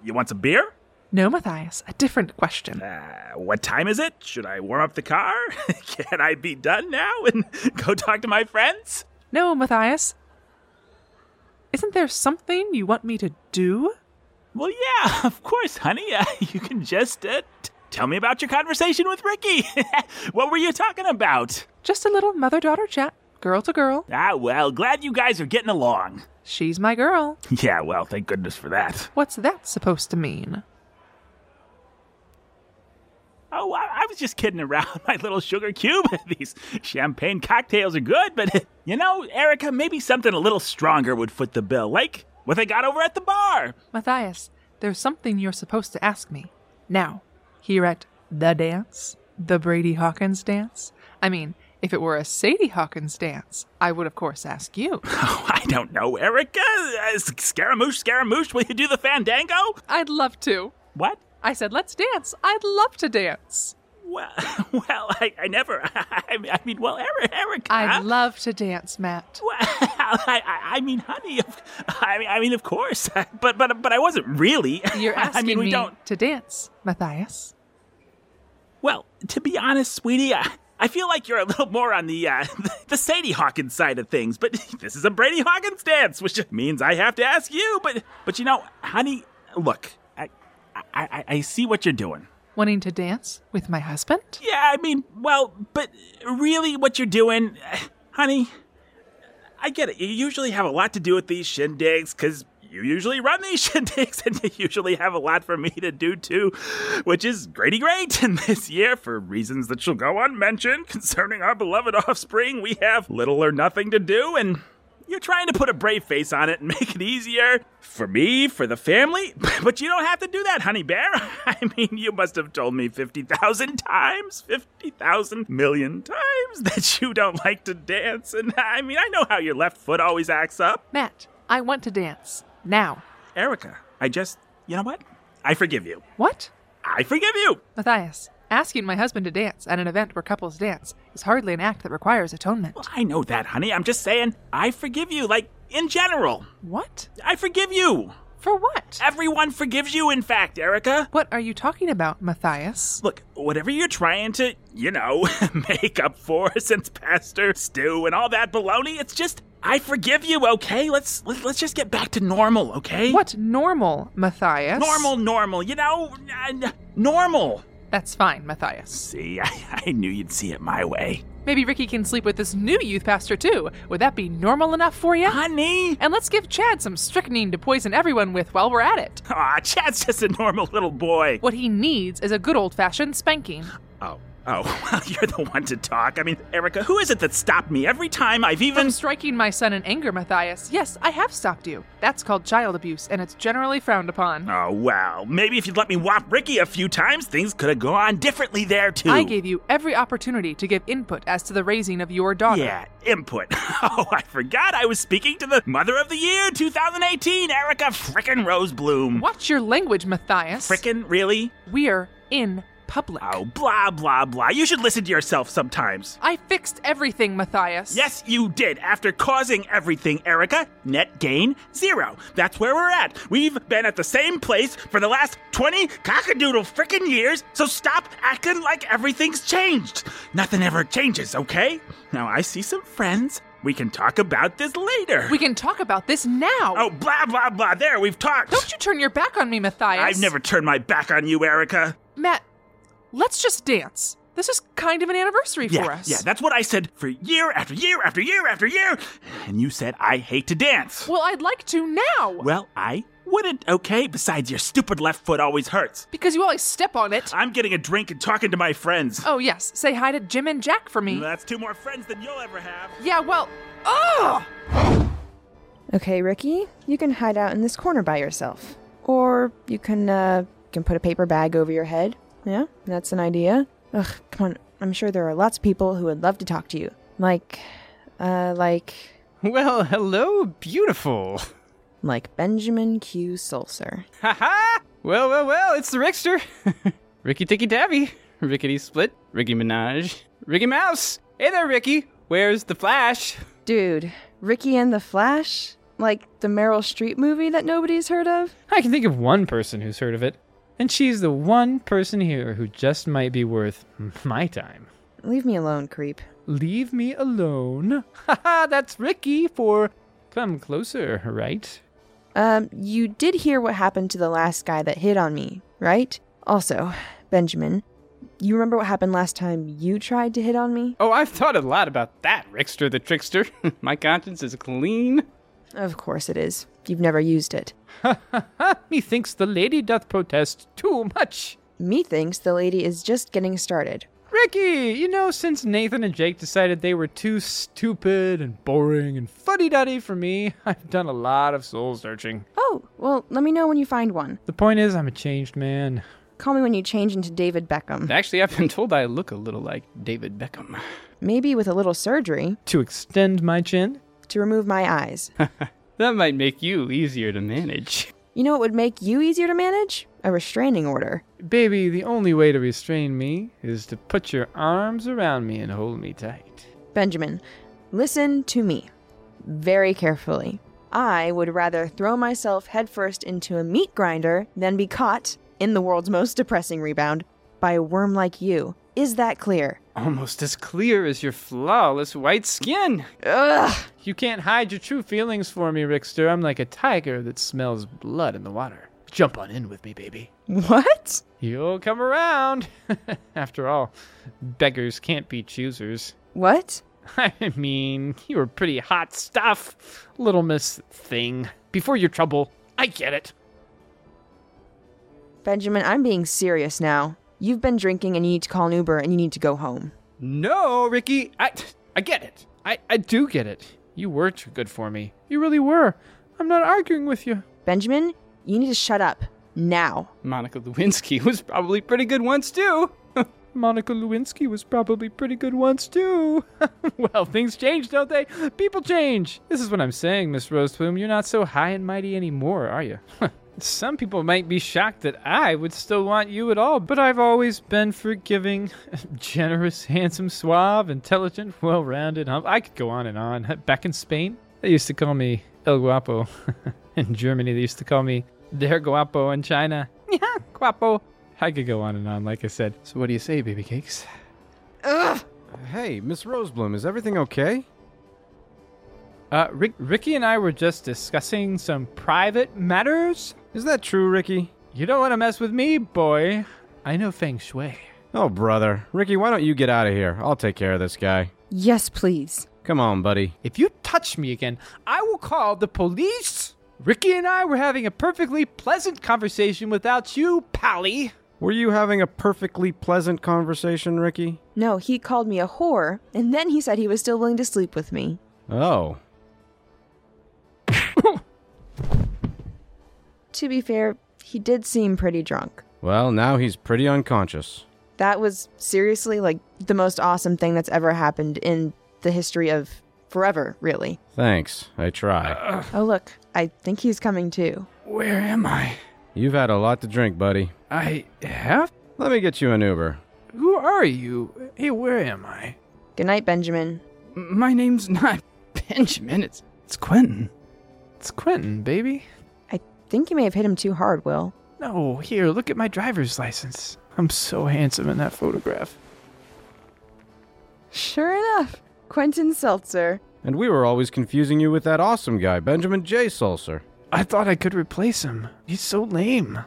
Speaker 1: you want some beer?
Speaker 10: No, Matthias, a different question.
Speaker 1: Uh, what time is it? Should I warm up the car? Can I be done now and go talk to my friends?
Speaker 10: No, Matthias. Isn't there something you want me to do?
Speaker 1: Well, yeah, of course, honey. Uh, you can just uh, t- tell me about your conversation with Ricky. what were you talking about?
Speaker 10: Just a little mother daughter chat, girl to girl.
Speaker 1: Ah, well, glad you guys are getting along.
Speaker 10: She's my girl.
Speaker 1: Yeah, well, thank goodness for that.
Speaker 10: What's that supposed to mean?
Speaker 1: Oh, I, I was just kidding around, my little sugar cube. These champagne cocktails are good, but you know, Erica, maybe something a little stronger would foot the bill, like what they got over at the bar.
Speaker 10: Matthias, there's something you're supposed to ask me. Now, here at the dance, the Brady Hawkins dance. I mean, if it were a Sadie Hawkins dance, I would of course ask you.
Speaker 1: Oh, I don't know, Erica. Uh, scaramouche, Scaramouche, will you do the fandango?
Speaker 10: I'd love to.
Speaker 1: What?
Speaker 10: I said, let's dance. I'd love to dance.
Speaker 1: Well, well, I, I never. I, I mean, well, Eric, Eric.
Speaker 10: I'd love to dance, Matt.
Speaker 1: Well, I, I, I mean, honey, of- I mean, I mean, of course, but but but I wasn't really.
Speaker 10: You're asking
Speaker 1: I mean, we
Speaker 10: me
Speaker 1: don't.
Speaker 10: to dance, Matthias.
Speaker 1: Well, to be honest, sweetie, I, I feel like you're a little more on the uh, the Sadie Hawkins side of things, but this is a Brady Hawkins dance, which means I have to ask you. But but you know, honey, look, I I, I, I see what you're doing.
Speaker 10: Wanting to dance with my husband?
Speaker 1: Yeah, I mean, well, but really, what you're doing, honey, I get it. You usually have a lot to do with these shindigs because you usually run these shindigs and you usually have a lot for me to do too, which is greaty great. And this year, for reasons that shall go unmentioned concerning our beloved offspring, we have little or nothing to do and. You're trying to put a brave face on it and make it easier for me, for the family, but you don't have to do that, honey bear. I mean, you must have told me 50,000 times, 50,000 million times that you don't like to dance. And I mean, I know how your left foot always acts up.
Speaker 10: Matt, I want to dance. Now.
Speaker 1: Erica, I just, you know what? I forgive you.
Speaker 10: What?
Speaker 1: I forgive you.
Speaker 10: Matthias, asking my husband to dance at an event where couples dance is hardly an act that requires atonement.
Speaker 1: I know that, honey. I'm just saying, I forgive you, like, in general.
Speaker 10: What?
Speaker 1: I forgive you.
Speaker 10: For what?
Speaker 1: Everyone forgives you, in fact, Erica.
Speaker 10: What are you talking about, Matthias?
Speaker 1: Look, whatever you're trying to, you know, make up for since Pastor Stew and all that baloney, it's just I forgive you, okay? Let's let, let's just get back to normal, okay?
Speaker 10: What normal, Matthias?
Speaker 1: Normal, normal, you know, uh, normal.
Speaker 10: That's fine, Matthias.
Speaker 1: See, I, I knew you'd see it my way.
Speaker 10: Maybe Ricky can sleep with this new youth pastor too. Would that be normal enough for you?
Speaker 1: Honey.
Speaker 10: And let's give Chad some strychnine to poison everyone with while we're at it.
Speaker 1: Aw, Chad's just a normal little boy.
Speaker 10: What he needs is a good old fashioned spanking.
Speaker 1: Oh, oh, well, you're the one to talk. I mean, Erica, who is it that stopped me every time I've e- even.
Speaker 10: From striking my son in anger, Matthias. Yes, I have stopped you. That's called child abuse, and it's generally frowned upon.
Speaker 1: Oh, well, maybe if you'd let me whop Ricky a few times, things could have gone differently there, too.
Speaker 10: I gave you every opportunity to give input as to the raising of your daughter.
Speaker 1: Yeah, input. Oh, I forgot I was speaking to the mother of the year 2018, Erica frickin' Rose Bloom.
Speaker 10: Watch your language, Matthias.
Speaker 1: Frickin', really?
Speaker 10: We're in public.
Speaker 1: Oh, blah, blah, blah. You should listen to yourself sometimes.
Speaker 10: I fixed everything, Matthias.
Speaker 1: Yes, you did. After causing everything, Erica, net gain zero. That's where we're at. We've been at the same place for the last 20 cockadoodle frickin' years, so stop acting like everything's changed. Nothing ever changes, okay? Now, I see some friends. We can talk about this later.
Speaker 10: We can talk about this now.
Speaker 1: Oh, blah, blah, blah. There, we've talked.
Speaker 10: Don't you turn your back on me, Matthias.
Speaker 1: I've never turned my back on you, Erica.
Speaker 10: Matt, let's just dance. This is kind of an anniversary
Speaker 1: Yeah,
Speaker 10: for us.
Speaker 1: yeah, that's what I said for year after year after year after year. And you said I hate to dance.
Speaker 10: Well, I'd like to now.
Speaker 1: Well, I wouldn't, okay? Besides, your stupid left foot always hurts.
Speaker 10: Because you always step on it.
Speaker 1: I'm getting a drink and talking to my friends.
Speaker 10: Oh, yes. Say hi to Jim and Jack for me.
Speaker 1: That's two more friends than you'll ever have.
Speaker 10: Yeah, well. Oh!
Speaker 7: Okay, Ricky, you can hide out in this corner by yourself. Or you can, uh, you can put a paper bag over your head. Yeah, that's an idea. Ugh, come on. I'm sure there are lots of people who would love to talk to you. Like, uh, like,
Speaker 12: Well, hello, beautiful.
Speaker 7: like Benjamin Q. Sulcer.
Speaker 12: Ha ha! Well, Oh, well, well, it's the Rickster. Ricky Ticky Tavi, Rickety Split, Ricky Minaj, Ricky Mouse. Hey there, Ricky. Where's the Flash?
Speaker 7: Dude, Ricky and the Flash? Like the Meryl Streep movie that nobody's heard of?
Speaker 13: I can think of one person who's heard of it, and she's the one person here who just might be worth my time.
Speaker 7: Leave me alone, creep.
Speaker 13: Leave me alone. Haha, that's Ricky for Come Closer, right?
Speaker 7: Um, you did hear what happened to the last guy that hit on me, right? Also, Benjamin, you remember what happened last time you tried to hit on me?
Speaker 12: Oh, I've thought a lot about that, Rickster the Trickster. My conscience is clean.
Speaker 7: Of course it is. You've never used it.
Speaker 13: Methinks the lady doth protest too much.
Speaker 7: Methinks the lady is just getting started.
Speaker 13: Ricky, you know, since Nathan and Jake decided they were too stupid and boring and fuddy duddy for me, I've done a lot of soul searching.
Speaker 7: Oh, well, let me know when you find one.
Speaker 13: The point is, I'm a changed man.
Speaker 7: Call me when you change into David Beckham.
Speaker 12: Actually, I've been told I look a little like David Beckham.
Speaker 7: Maybe with a little surgery.
Speaker 13: To extend my chin?
Speaker 7: To remove my eyes.
Speaker 12: That might make you easier to manage.
Speaker 7: You know what would make you easier to manage? A restraining order.
Speaker 13: Baby, the only way to restrain me is to put your arms around me and hold me tight.
Speaker 7: Benjamin, listen to me very carefully. I would rather throw myself headfirst into a meat grinder than be caught, in the world's most depressing rebound, by a worm like you. Is that clear?
Speaker 12: Almost as clear as your flawless white skin.
Speaker 7: Ugh!
Speaker 13: You can't hide your true feelings for me, Rickster. I'm like a tiger that smells blood in the water. Jump on in with me, baby.
Speaker 7: What?
Speaker 13: You'll come around. After all, beggars can't be choosers.
Speaker 7: What?
Speaker 13: I mean, you were pretty hot stuff, little miss thing. Before your trouble, I get it.
Speaker 7: Benjamin, I'm being serious now. You've been drinking and you need to call an Uber and you need to go home.
Speaker 12: No, Ricky, I, I get it.
Speaker 13: I, I do get it. You were too good for me. You really were. I'm not arguing with you.
Speaker 7: Benjamin, you need to shut up. Now.
Speaker 12: Monica Lewinsky was probably pretty good once, too.
Speaker 13: Monica Lewinsky was probably pretty good once, too. well, things change, don't they? People change. This is what I'm saying, Miss Rosebloom. You're not so high and mighty anymore, are you? Some people might be shocked that I would still want you at all, but I've always been forgiving, generous, handsome, suave, intelligent, well rounded. Hum- I could go on and on. Back in Spain, they used to call me El Guapo. in Germany, they used to call me Der Guapo. In China,
Speaker 12: Yeah, guapo.
Speaker 13: I could go on and on, like I said. So, what do you say, baby cakes?
Speaker 14: Hey, Miss Rosebloom, is everything okay?
Speaker 13: Uh, Rick- Ricky and I were just discussing some private matters.
Speaker 14: Is that true, Ricky?
Speaker 13: You don't want to mess with me, boy. I know Feng Shui.
Speaker 14: Oh, brother. Ricky, why don't you get out of here? I'll take care of this guy.
Speaker 7: Yes, please.
Speaker 14: Come on, buddy.
Speaker 13: If you touch me again, I will call the police. Ricky and I were having a perfectly pleasant conversation without you, Pally.
Speaker 14: Were you having a perfectly pleasant conversation, Ricky?
Speaker 7: No, he called me a whore, and then he said he was still willing to sleep with me.
Speaker 14: Oh.
Speaker 7: To be fair, he did seem pretty drunk.
Speaker 14: Well, now he's pretty unconscious.
Speaker 7: That was seriously like the most awesome thing that's ever happened in the history of forever, really.
Speaker 14: Thanks. I try.
Speaker 7: Oh, look, I think he's coming too.
Speaker 12: Where am I?
Speaker 14: You've had a lot to drink, buddy.
Speaker 12: I have?
Speaker 14: Let me get you an Uber.
Speaker 12: Who are you? Hey, where am I?
Speaker 7: Good night, Benjamin.
Speaker 12: M- My name's not Benjamin, it's, it's Quentin.
Speaker 13: It's Quentin, baby.
Speaker 7: I think you may have hit him too hard, Will.
Speaker 13: No, here, look at my driver's license. I'm so handsome in that photograph.
Speaker 7: Sure enough, Quentin Seltzer.
Speaker 14: And we were always confusing you with that awesome guy, Benjamin J. Sulcer.
Speaker 13: I thought I could replace him. He's so lame.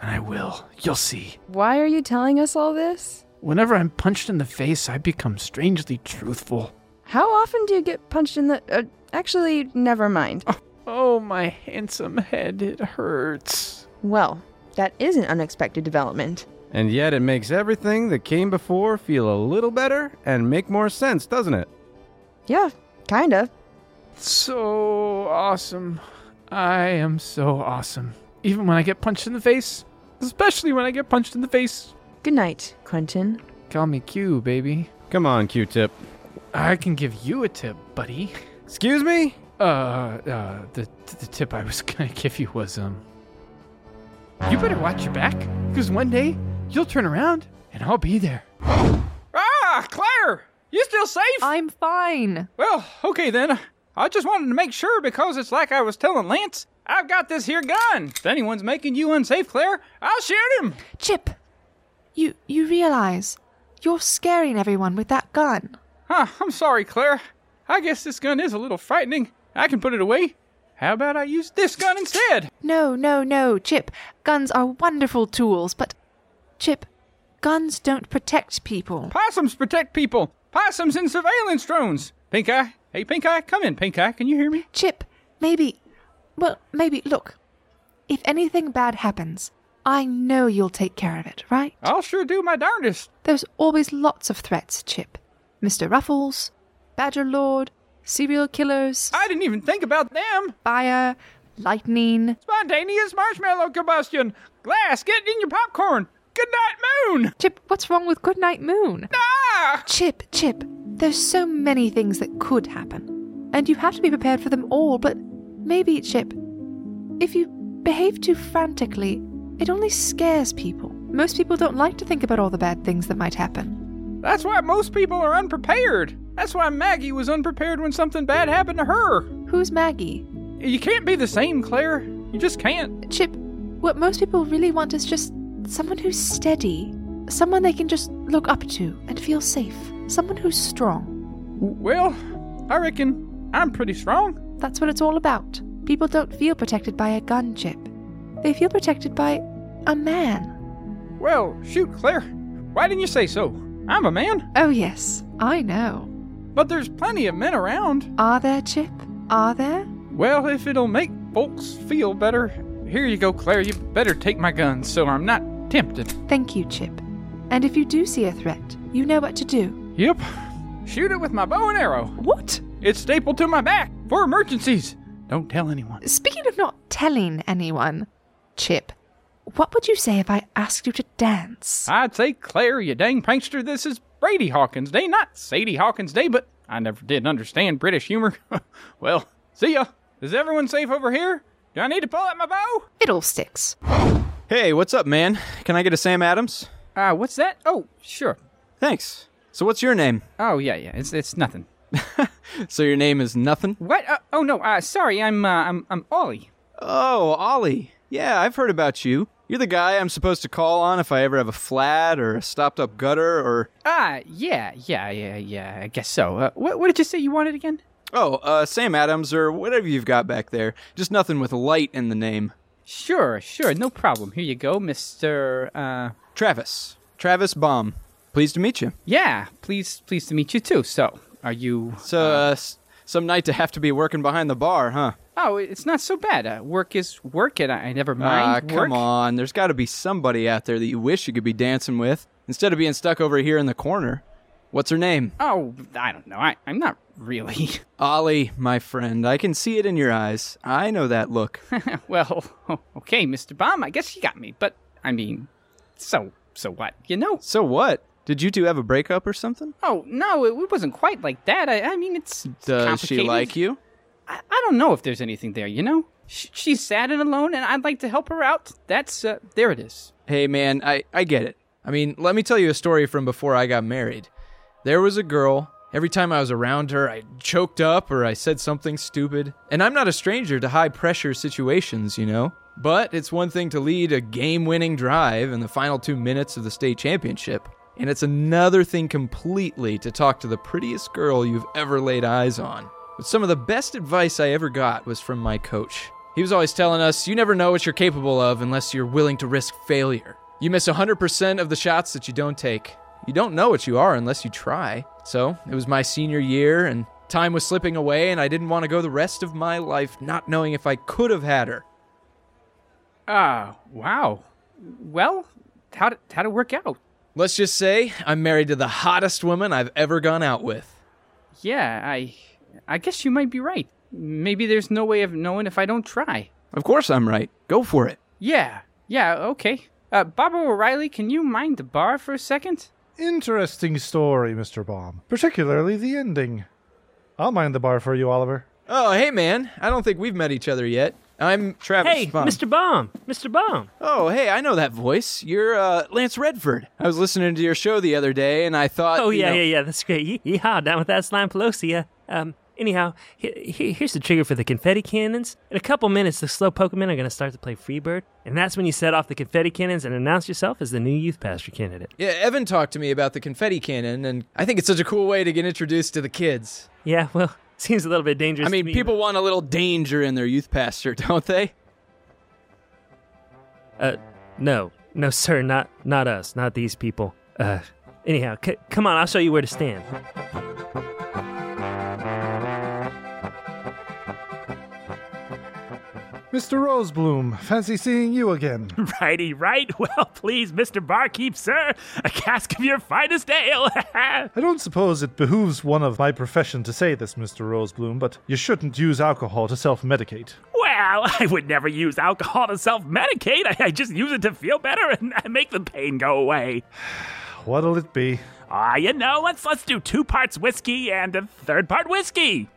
Speaker 13: And I will. You'll see.
Speaker 7: Why are you telling us all this?
Speaker 13: Whenever I'm punched in the face, I become strangely truthful.
Speaker 7: How often do you get punched in the. Uh, actually, never mind.
Speaker 13: Oh, my handsome head, it hurts.
Speaker 7: Well, that is an unexpected development.
Speaker 14: And yet it makes everything that came before feel a little better and make more sense, doesn't it?
Speaker 7: Yeah, kinda.
Speaker 13: So awesome. I am so awesome. Even when I get punched in the face. Especially when I get punched in the face.
Speaker 7: Good night, Quentin.
Speaker 13: Call me Q, baby.
Speaker 14: Come on, Q-tip.
Speaker 13: I can give you a tip, buddy.
Speaker 14: Excuse me?
Speaker 13: Uh, uh, the, the tip I was gonna give you was, um. You better watch your back, because one day you'll turn around and I'll be there.
Speaker 12: Ah, Claire! You still safe?
Speaker 10: I'm fine.
Speaker 12: Well, okay then. I just wanted to make sure because it's like I was telling Lance, I've got this here gun. If anyone's making you unsafe, Claire, I'll shoot him.
Speaker 10: Chip, you you realize you're scaring everyone with that gun.
Speaker 12: Huh, I'm sorry, Claire. I guess this gun is a little frightening. I can put it away.
Speaker 5: How about I use this gun instead?
Speaker 8: No, no, no, Chip. Guns are wonderful tools, but. Chip, guns don't protect people.
Speaker 5: Possums protect people. Possums and surveillance drones. Pink Eye. Hey, Pink Eye, come in, Pink Eye. Can you hear me?
Speaker 8: Chip, maybe. Well, maybe, look. If anything bad happens, I know you'll take care of it, right?
Speaker 5: I'll sure do my darndest.
Speaker 8: There's always lots of threats, Chip. Mr. Ruffles, Badger Lord, serial killers.
Speaker 5: I didn't even think about them.
Speaker 8: Fire, lightning.
Speaker 5: Spontaneous marshmallow combustion. Glass, get in your popcorn. Goodnight, Moon.
Speaker 8: Chip, what's wrong with Goodnight Moon?
Speaker 5: Ah!
Speaker 8: Chip, Chip, there's so many things that could happen. And you have to be prepared for them all, but maybe, Chip, if you behave too frantically, it only scares people. Most people don't like to think about all the bad things that might happen.
Speaker 5: That's why most people are unprepared. That's why Maggie was unprepared when something bad happened to her.
Speaker 8: Who's Maggie?
Speaker 5: You can't be the same, Claire. You just can't.
Speaker 8: Chip, what most people really want is just someone who's steady, someone they can just look up to and feel safe, someone who's strong.
Speaker 5: Well, I reckon I'm pretty strong.
Speaker 8: That's what it's all about. People don't feel protected by a gun, Chip. They feel protected by a man.
Speaker 5: Well, shoot, Claire. Why didn't you say so? I'm a man.
Speaker 8: Oh, yes, I know.
Speaker 5: But there's plenty of men around.
Speaker 8: Are there, Chip? Are there?
Speaker 5: Well, if it'll make folks feel better, here you go, Claire. You better take my gun so I'm not tempted.
Speaker 8: Thank you, Chip. And if you do see a threat, you know what to do.
Speaker 5: Yep. Shoot it with my bow and arrow.
Speaker 8: What?
Speaker 5: It's stapled to my back for emergencies. Don't tell anyone.
Speaker 8: Speaking of not telling anyone, Chip, what would you say if I asked you to dance?
Speaker 5: I'd say, Claire, you dang prankster, this is Brady Hawkins Day, not Sadie Hawkins Day, but I never did understand British humor. well, see ya. Is everyone safe over here? Do I need to pull out my bow?
Speaker 8: Fiddlesticks.
Speaker 12: Hey, what's up, man? Can I get a Sam Adams?
Speaker 5: Uh, what's that? Oh, sure.
Speaker 12: Thanks. So, what's your name?
Speaker 5: Oh, yeah, yeah. It's it's nothing.
Speaker 12: So, your name is nothing?
Speaker 5: What? Uh, oh no. Uh, sorry. I'm uh, I'm I'm Ollie.
Speaker 12: Oh, Ollie. Yeah, I've heard about you. You're the guy I'm supposed to call on if I ever have a flat or a stopped up gutter or.
Speaker 5: Ah, yeah, yeah, yeah, yeah. I guess so. Uh, what what did you say you wanted again?
Speaker 12: Oh, uh, Sam Adams or whatever you've got back there. Just nothing with light in the name.
Speaker 5: Sure, sure. No problem. Here you go, Mister. Uh,
Speaker 12: Travis. Travis Baum. Pleased to meet you.
Speaker 5: yeah. Please, pleased to meet you too. So, are you?
Speaker 12: So, uh, s- some night to have to be working behind the bar, huh?
Speaker 5: Oh, it's not so bad. Uh, work is work, and I, I never mind.
Speaker 12: Ah,
Speaker 5: work.
Speaker 12: come on. There's got to be somebody out there that you wish you could be dancing with instead of being stuck over here in the corner. What's her name?
Speaker 5: Oh, I don't know. I, I'm not really.
Speaker 12: Ollie, my friend. I can see it in your eyes. I know that look.
Speaker 5: well, okay, Mr. Baum, I guess you got me, but I mean, so so what, you know?
Speaker 12: so what? Did you two have a breakup or something?
Speaker 5: Oh no, it, it wasn't quite like that. I, I mean, it's
Speaker 12: Does she
Speaker 5: complicated.
Speaker 12: like you?
Speaker 5: I, I don't know if there's anything there, you know. Sh- she's sad and alone, and I'd like to help her out. That's uh, there it is.
Speaker 12: Hey, man, I, I get it. I mean, let me tell you a story from before I got married. There was a girl. Every time I was around her, I choked up or I said something stupid. And I'm not a stranger to high pressure situations, you know? But it's one thing to lead a game winning drive in the final two minutes of the state championship. And it's another thing completely to talk to the prettiest girl you've ever laid eyes on. But some of the best advice I ever got was from my coach. He was always telling us, you never know what you're capable of unless you're willing to risk failure. You miss 100% of the shots that you don't take. You don't know what you are unless you try. So, it was my senior year, and time was slipping away, and I didn't want to go the rest of my life not knowing if I could have had her.
Speaker 5: Ah, wow. Well, how did how did it work out?
Speaker 12: Let's just say I'm married to the hottest woman I've ever gone out with.
Speaker 5: Yeah, I I guess you might be right. Maybe there's no way of knowing if I don't try.
Speaker 12: Of course I'm right. Go for it.
Speaker 5: Yeah, yeah, okay. Uh, Barbara O'Reilly, can you mind the bar for a second?
Speaker 2: Interesting story, Mr. Baum. Particularly the ending. I'll mind the bar for you, Oliver.
Speaker 12: Oh, hey, man. I don't think we've met each other yet. I'm Travis.
Speaker 3: Hey,
Speaker 12: Funk.
Speaker 3: Mr. Baum, Mr. Baum.
Speaker 12: Oh, hey, I know that voice. You're uh, Lance Redford. I was listening to your show the other day, and I thought.
Speaker 3: Oh
Speaker 12: you
Speaker 3: yeah,
Speaker 12: know-
Speaker 3: yeah, yeah. That's great. Ye- Yeehaw! Down with that slime Pelosia. Um. Anyhow, he- he- here's the trigger for the confetti cannons. In a couple minutes, the slow Pokemon are going to start to play Freebird, and that's when you set off the confetti cannons and announce yourself as the new youth pastor candidate.
Speaker 12: Yeah, Evan talked to me about the confetti cannon, and I think it's such a cool way to get introduced to the kids.
Speaker 3: Yeah, well, Seems a little bit dangerous.
Speaker 12: I
Speaker 3: to
Speaker 12: mean,
Speaker 3: me.
Speaker 12: people want a little danger in their youth pastor, don't they?
Speaker 3: Uh, no, no, sir, not not us, not these people. Uh, anyhow, c- come on, I'll show you where to stand.
Speaker 2: Mr. Rosebloom, fancy seeing you again.
Speaker 1: Righty right. Well, please, Mr. Barkeep, sir, a cask of your finest ale.
Speaker 2: I don't suppose it behooves one of my profession to say this, Mr. Rosebloom, but you shouldn't use alcohol to self medicate.
Speaker 1: well, I would never use alcohol to self medicate. I, I just use it to feel better and uh, make the pain go away.
Speaker 2: What'll it be?
Speaker 1: Ah, you know, let's let's do two parts whiskey and a third part whiskey.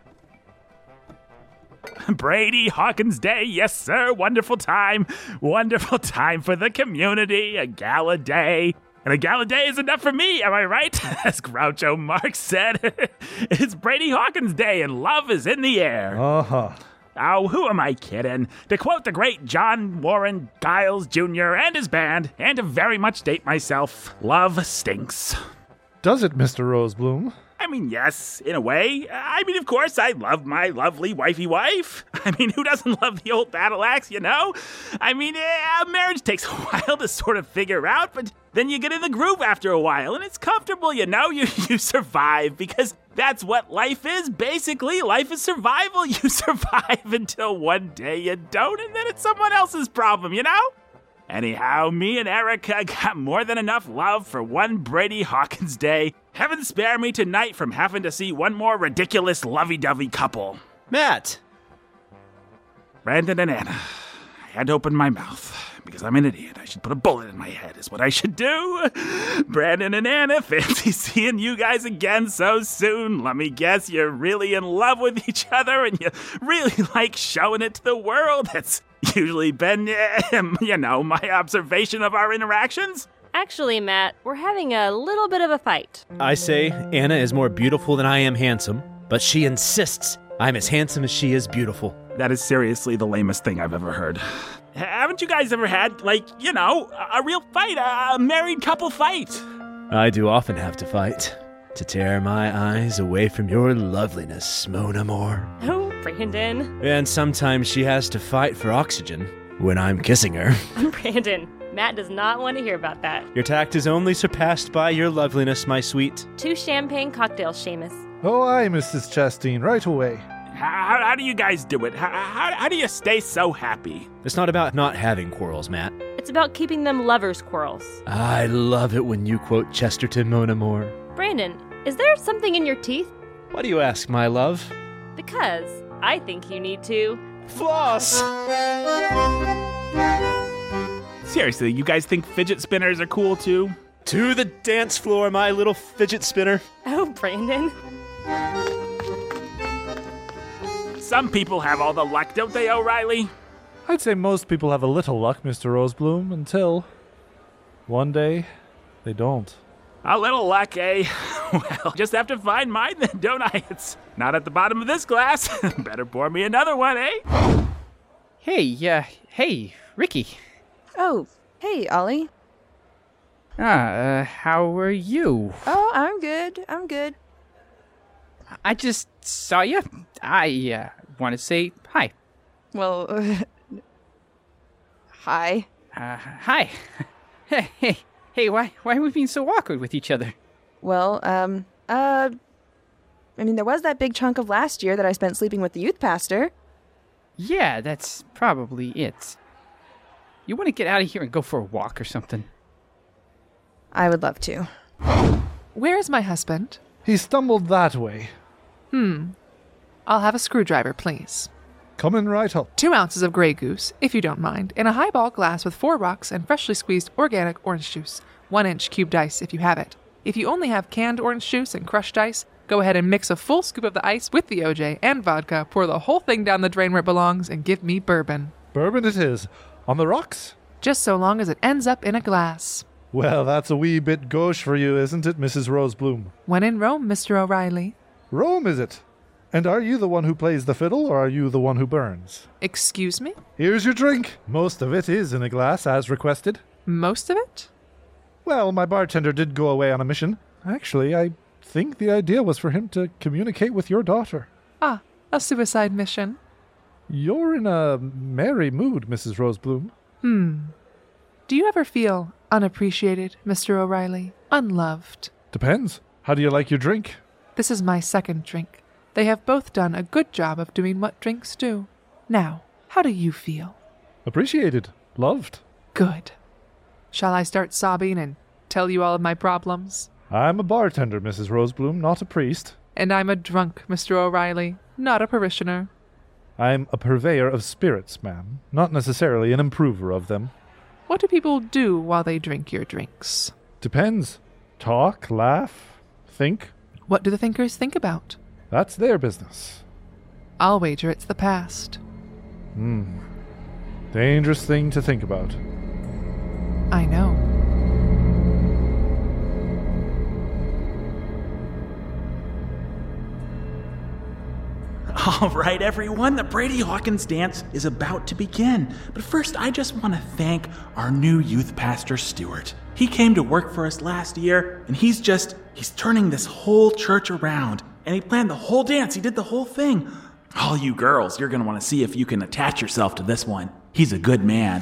Speaker 1: Brady Hawkins Day, yes sir, wonderful time, wonderful time for the community, a gala day. And a gala day is enough for me, am I right? As Groucho Marx said, it's Brady Hawkins Day and love is in the air.
Speaker 2: Uh huh.
Speaker 1: Oh, who am I kidding? To quote the great John Warren Giles Jr. and his band, and to very much date myself, love stinks.
Speaker 2: Does it, Mr. Rosebloom?
Speaker 1: I mean, yes, in a way. I mean, of course, I love my lovely wifey wife. I mean, who doesn't love the old battle axe, you know? I mean, eh, marriage takes a while to sort of figure out, but then you get in the groove after a while, and it's comfortable, you know? You, you survive because that's what life is, basically. Life is survival. You survive until one day you don't, and then it's someone else's problem, you know? Anyhow, me and Erica got more than enough love for one Brady Hawkins day. Heaven spare me tonight from having to see one more ridiculous lovey dovey couple.
Speaker 12: Matt!
Speaker 1: Brandon and Anna. I had to open my mouth because I'm an idiot. I should put a bullet in my head, is what I should do. Brandon and Anna, fancy seeing you guys again so soon. Let me guess, you're really in love with each other and you really like showing it to the world. That's usually been, eh, you know, my observation of our interactions.
Speaker 15: Actually, Matt, we're having a little bit of a fight.
Speaker 16: I say Anna is more beautiful than I am handsome, but she insists I'm as handsome as she is beautiful.
Speaker 1: That is seriously the lamest thing I've ever heard. Haven't you guys ever had, like, you know, a a real fight, a a married couple fight?
Speaker 16: I do often have to fight to tear my eyes away from your loveliness, Mona Moore.
Speaker 15: Oh, Brandon.
Speaker 16: And sometimes she has to fight for oxygen when I'm kissing her.
Speaker 15: Brandon, Matt does not want to hear about that.
Speaker 16: Your tact is only surpassed by your loveliness, my sweet.
Speaker 15: Two champagne cocktails, Seamus.
Speaker 2: Oh, aye, Mrs. Chastain, right away.
Speaker 1: How, how do you guys do it? How, how, how do you stay so happy?
Speaker 16: It's not about not having quarrels, Matt.
Speaker 15: It's about keeping them lovers' quarrels.
Speaker 16: I love it when you quote Chesterton, Mona Moore.
Speaker 15: Brandon, is there something in your teeth?
Speaker 16: Why do you ask, my love?
Speaker 15: Because I think you need to.
Speaker 16: Floss!
Speaker 1: Seriously, you guys think fidget spinners are cool too?
Speaker 16: To the dance floor, my little fidget spinner.
Speaker 15: Oh, Brandon.
Speaker 1: Some people have all the luck, don't they, O'Reilly?
Speaker 2: I'd say most people have a little luck, Mr. Rosebloom, until one day they don't.
Speaker 1: A little luck, eh? Well, just have to find mine then, don't I? It's not at the bottom of this glass. Better pour me another one, eh?
Speaker 17: Hey, uh, hey, Ricky.
Speaker 7: Oh, hey, Ollie.
Speaker 17: Ah, uh, how are you?
Speaker 7: Oh, I'm good. I'm good.
Speaker 17: I just saw you. I uh, want to say hi.
Speaker 7: Well, hi.
Speaker 17: Uh, hi. hey, hey, hey, why, why are we being so awkward with each other?
Speaker 7: Well, um, uh, I mean, there was that big chunk of last year that I spent sleeping with the youth pastor.
Speaker 17: Yeah, that's probably it. You want to get out of here and go for a walk or something?
Speaker 7: I would love to.
Speaker 10: Where is my husband?
Speaker 2: He stumbled that way.
Speaker 10: Hmm. I'll have a screwdriver, please.
Speaker 2: Coming right up.
Speaker 10: Two ounces of Grey Goose, if you don't mind, in a highball glass with four rocks and freshly squeezed organic orange juice. One inch cubed ice, if you have it. If you only have canned orange juice and crushed ice, go ahead and mix a full scoop of the ice with the OJ and vodka, pour the whole thing down the drain where it belongs, and give me bourbon.
Speaker 2: Bourbon it is. On the rocks?
Speaker 10: Just so long as it ends up in a glass.
Speaker 2: Well, that's a wee bit gauche for you, isn't it, Mrs. Rosebloom?
Speaker 10: When in Rome, Mr. O'Reilly.
Speaker 2: Rome, is it? And are you the one who plays the fiddle, or are you the one who burns?
Speaker 10: Excuse me?
Speaker 2: Here's your drink. Most of it is in a glass, as requested.
Speaker 10: Most of it?
Speaker 2: Well, my bartender did go away on a mission. Actually, I think the idea was for him to communicate with your daughter.
Speaker 10: Ah, a suicide mission.
Speaker 2: You're in a merry mood, Mrs. Rosebloom.
Speaker 10: Hmm. Do you ever feel unappreciated, Mr. O'Reilly? Unloved?
Speaker 2: Depends. How do you like your drink?
Speaker 10: This is my second drink. They have both done a good job of doing what drinks do. Now, how do you feel?
Speaker 2: Appreciated. Loved.
Speaker 10: Good. Shall I start sobbing and tell you all of my problems?
Speaker 2: I'm a bartender, Mrs. Rosebloom, not a priest.
Speaker 10: And I'm a drunk, Mr. O'Reilly, not a parishioner.
Speaker 2: I'm a purveyor of spirits, ma'am, not necessarily an improver of them.
Speaker 10: What do people do while they drink your drinks?
Speaker 2: Depends. Talk, laugh, think.
Speaker 10: What do the thinkers think about?
Speaker 2: That's their business.
Speaker 10: I'll wager it's the past.
Speaker 2: Hmm. Dangerous thing to think about.
Speaker 10: I know.
Speaker 18: All right, everyone, the Brady Hawkins dance is about to begin. But first, I just want to thank our new youth pastor, Stewart. He came to work for us last year, and he's just, he's turning this whole church around. And he planned the whole dance, he did the whole thing. All you girls, you're going to want to see if you can attach yourself to this one. He's a good man.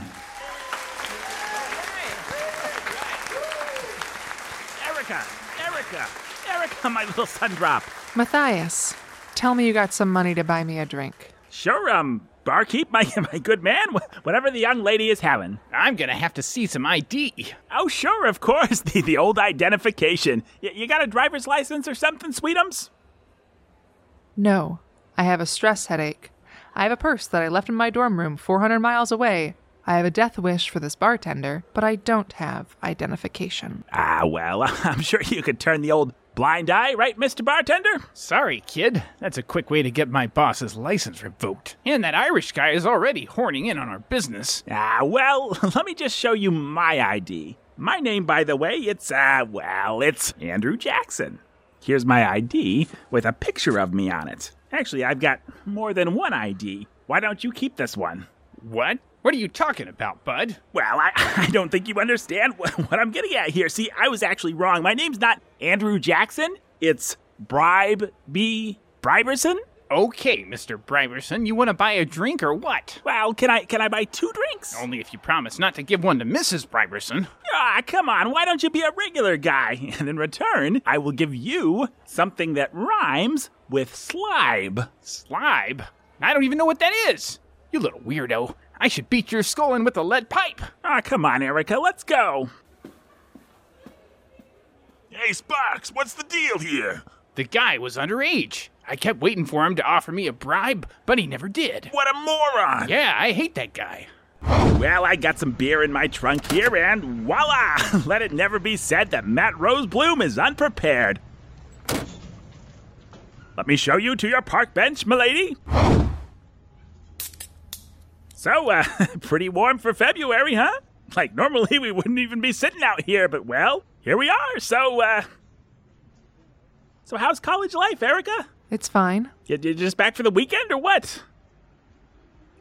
Speaker 1: Erica, Erica, Erica, my little sun drop.
Speaker 10: Matthias, tell me you got some money to buy me a drink.
Speaker 1: Sure, um, barkeep, my, my good man, wh- whatever the young lady is having.
Speaker 5: I'm gonna have to see some ID.
Speaker 1: Oh, sure, of course, the, the old identification. Y- you got a driver's license or something, sweetums?
Speaker 10: No, I have a stress headache. I have a purse that I left in my dorm room 400 miles away. I have a death wish for this bartender, but I don't have identification.
Speaker 1: Ah, well, I'm sure you could turn the old blind eye, right, Mr. Bartender?
Speaker 5: Sorry, kid. That's a quick way to get my boss's license revoked. And that Irish guy is already horning in on our business.
Speaker 1: Ah, well, let me just show you my ID. My name, by the way, it's, uh, well, it's Andrew Jackson. Here's my ID with a picture of me on it. Actually, I've got more than one ID. Why don't you keep this one?
Speaker 5: What? What are you talking about, bud?
Speaker 1: Well, I, I don't think you understand what, what I'm getting at here. See, I was actually wrong. My name's not Andrew Jackson, it's Bribe B. Briberson.
Speaker 5: Okay, Mr. Briberson, you want to buy a drink or what?
Speaker 1: Well, can I can I buy two drinks?
Speaker 5: Only if you promise not to give one to Mrs. Briberson.
Speaker 1: Ah, come on, why don't you be a regular guy? And in return, I will give you something that rhymes with slibe.
Speaker 5: Slibe? I don't even know what that is. You little weirdo. I should beat your skull in with a lead pipe.
Speaker 1: Ah, come on, Erica, let's go.
Speaker 19: Hey, Sparks, what's the deal here?
Speaker 5: The guy was underage. I kept waiting for him to offer me a bribe, but he never did.
Speaker 19: What a moron!
Speaker 5: Yeah, I hate that guy.
Speaker 1: Well, I got some beer in my trunk here, and voila! Let it never be said that Matt Rosebloom is unprepared. Let me show you to your park bench, milady. So, uh, pretty warm for February, huh? Like, normally we wouldn't even be sitting out here, but well, here we are, so, uh. So, how's college life, Erica?
Speaker 10: It's fine.
Speaker 1: You, you just back for the weekend or what?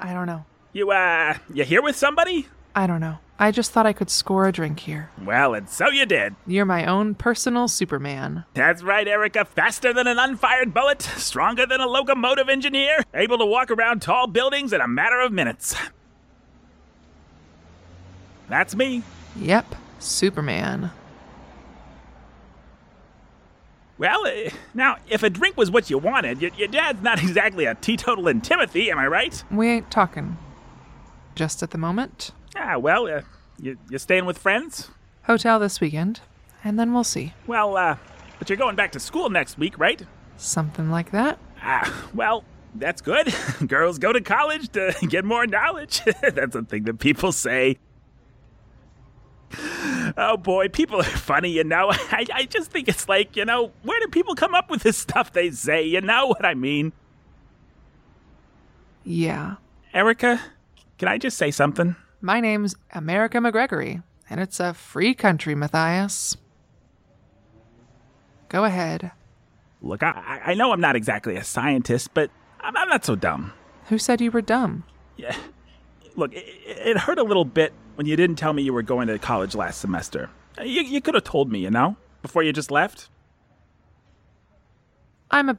Speaker 10: I don't know.
Speaker 1: You, uh, you here with somebody?
Speaker 10: I don't know. I just thought I could score a drink here.
Speaker 1: Well, and so you did.
Speaker 10: You're my own personal Superman.
Speaker 1: That's right, Erica. Faster than an unfired bullet, stronger than a locomotive engineer, able to walk around tall buildings in a matter of minutes. That's me.
Speaker 10: Yep, Superman.
Speaker 1: Well, eh, now, if a drink was what you wanted, your, your dad's not exactly a teetotal in Timothy, am I right?
Speaker 10: We ain't talking. Just at the moment.
Speaker 1: Ah, well, uh, you, you staying with friends?
Speaker 10: Hotel this weekend, and then we'll see.
Speaker 1: Well, uh, but you're going back to school next week, right?
Speaker 10: Something like that.
Speaker 1: Ah, well, that's good. Girls go to college to get more knowledge. that's a thing that people say. Oh boy, people are funny, you know. I, I just think it's like, you know, where do people come up with this stuff they say? You know what I mean?
Speaker 10: Yeah.
Speaker 1: Erica, can I just say something?
Speaker 10: My name's America McGregory, and it's a free country, Matthias. Go ahead.
Speaker 1: Look, I, I know I'm not exactly a scientist, but I'm, I'm not so dumb.
Speaker 10: Who said you were dumb?
Speaker 1: Yeah. Look, it, it hurt a little bit when you didn't tell me you were going to college last semester. You, you could have told me, you know, before you just left.
Speaker 10: I'm a.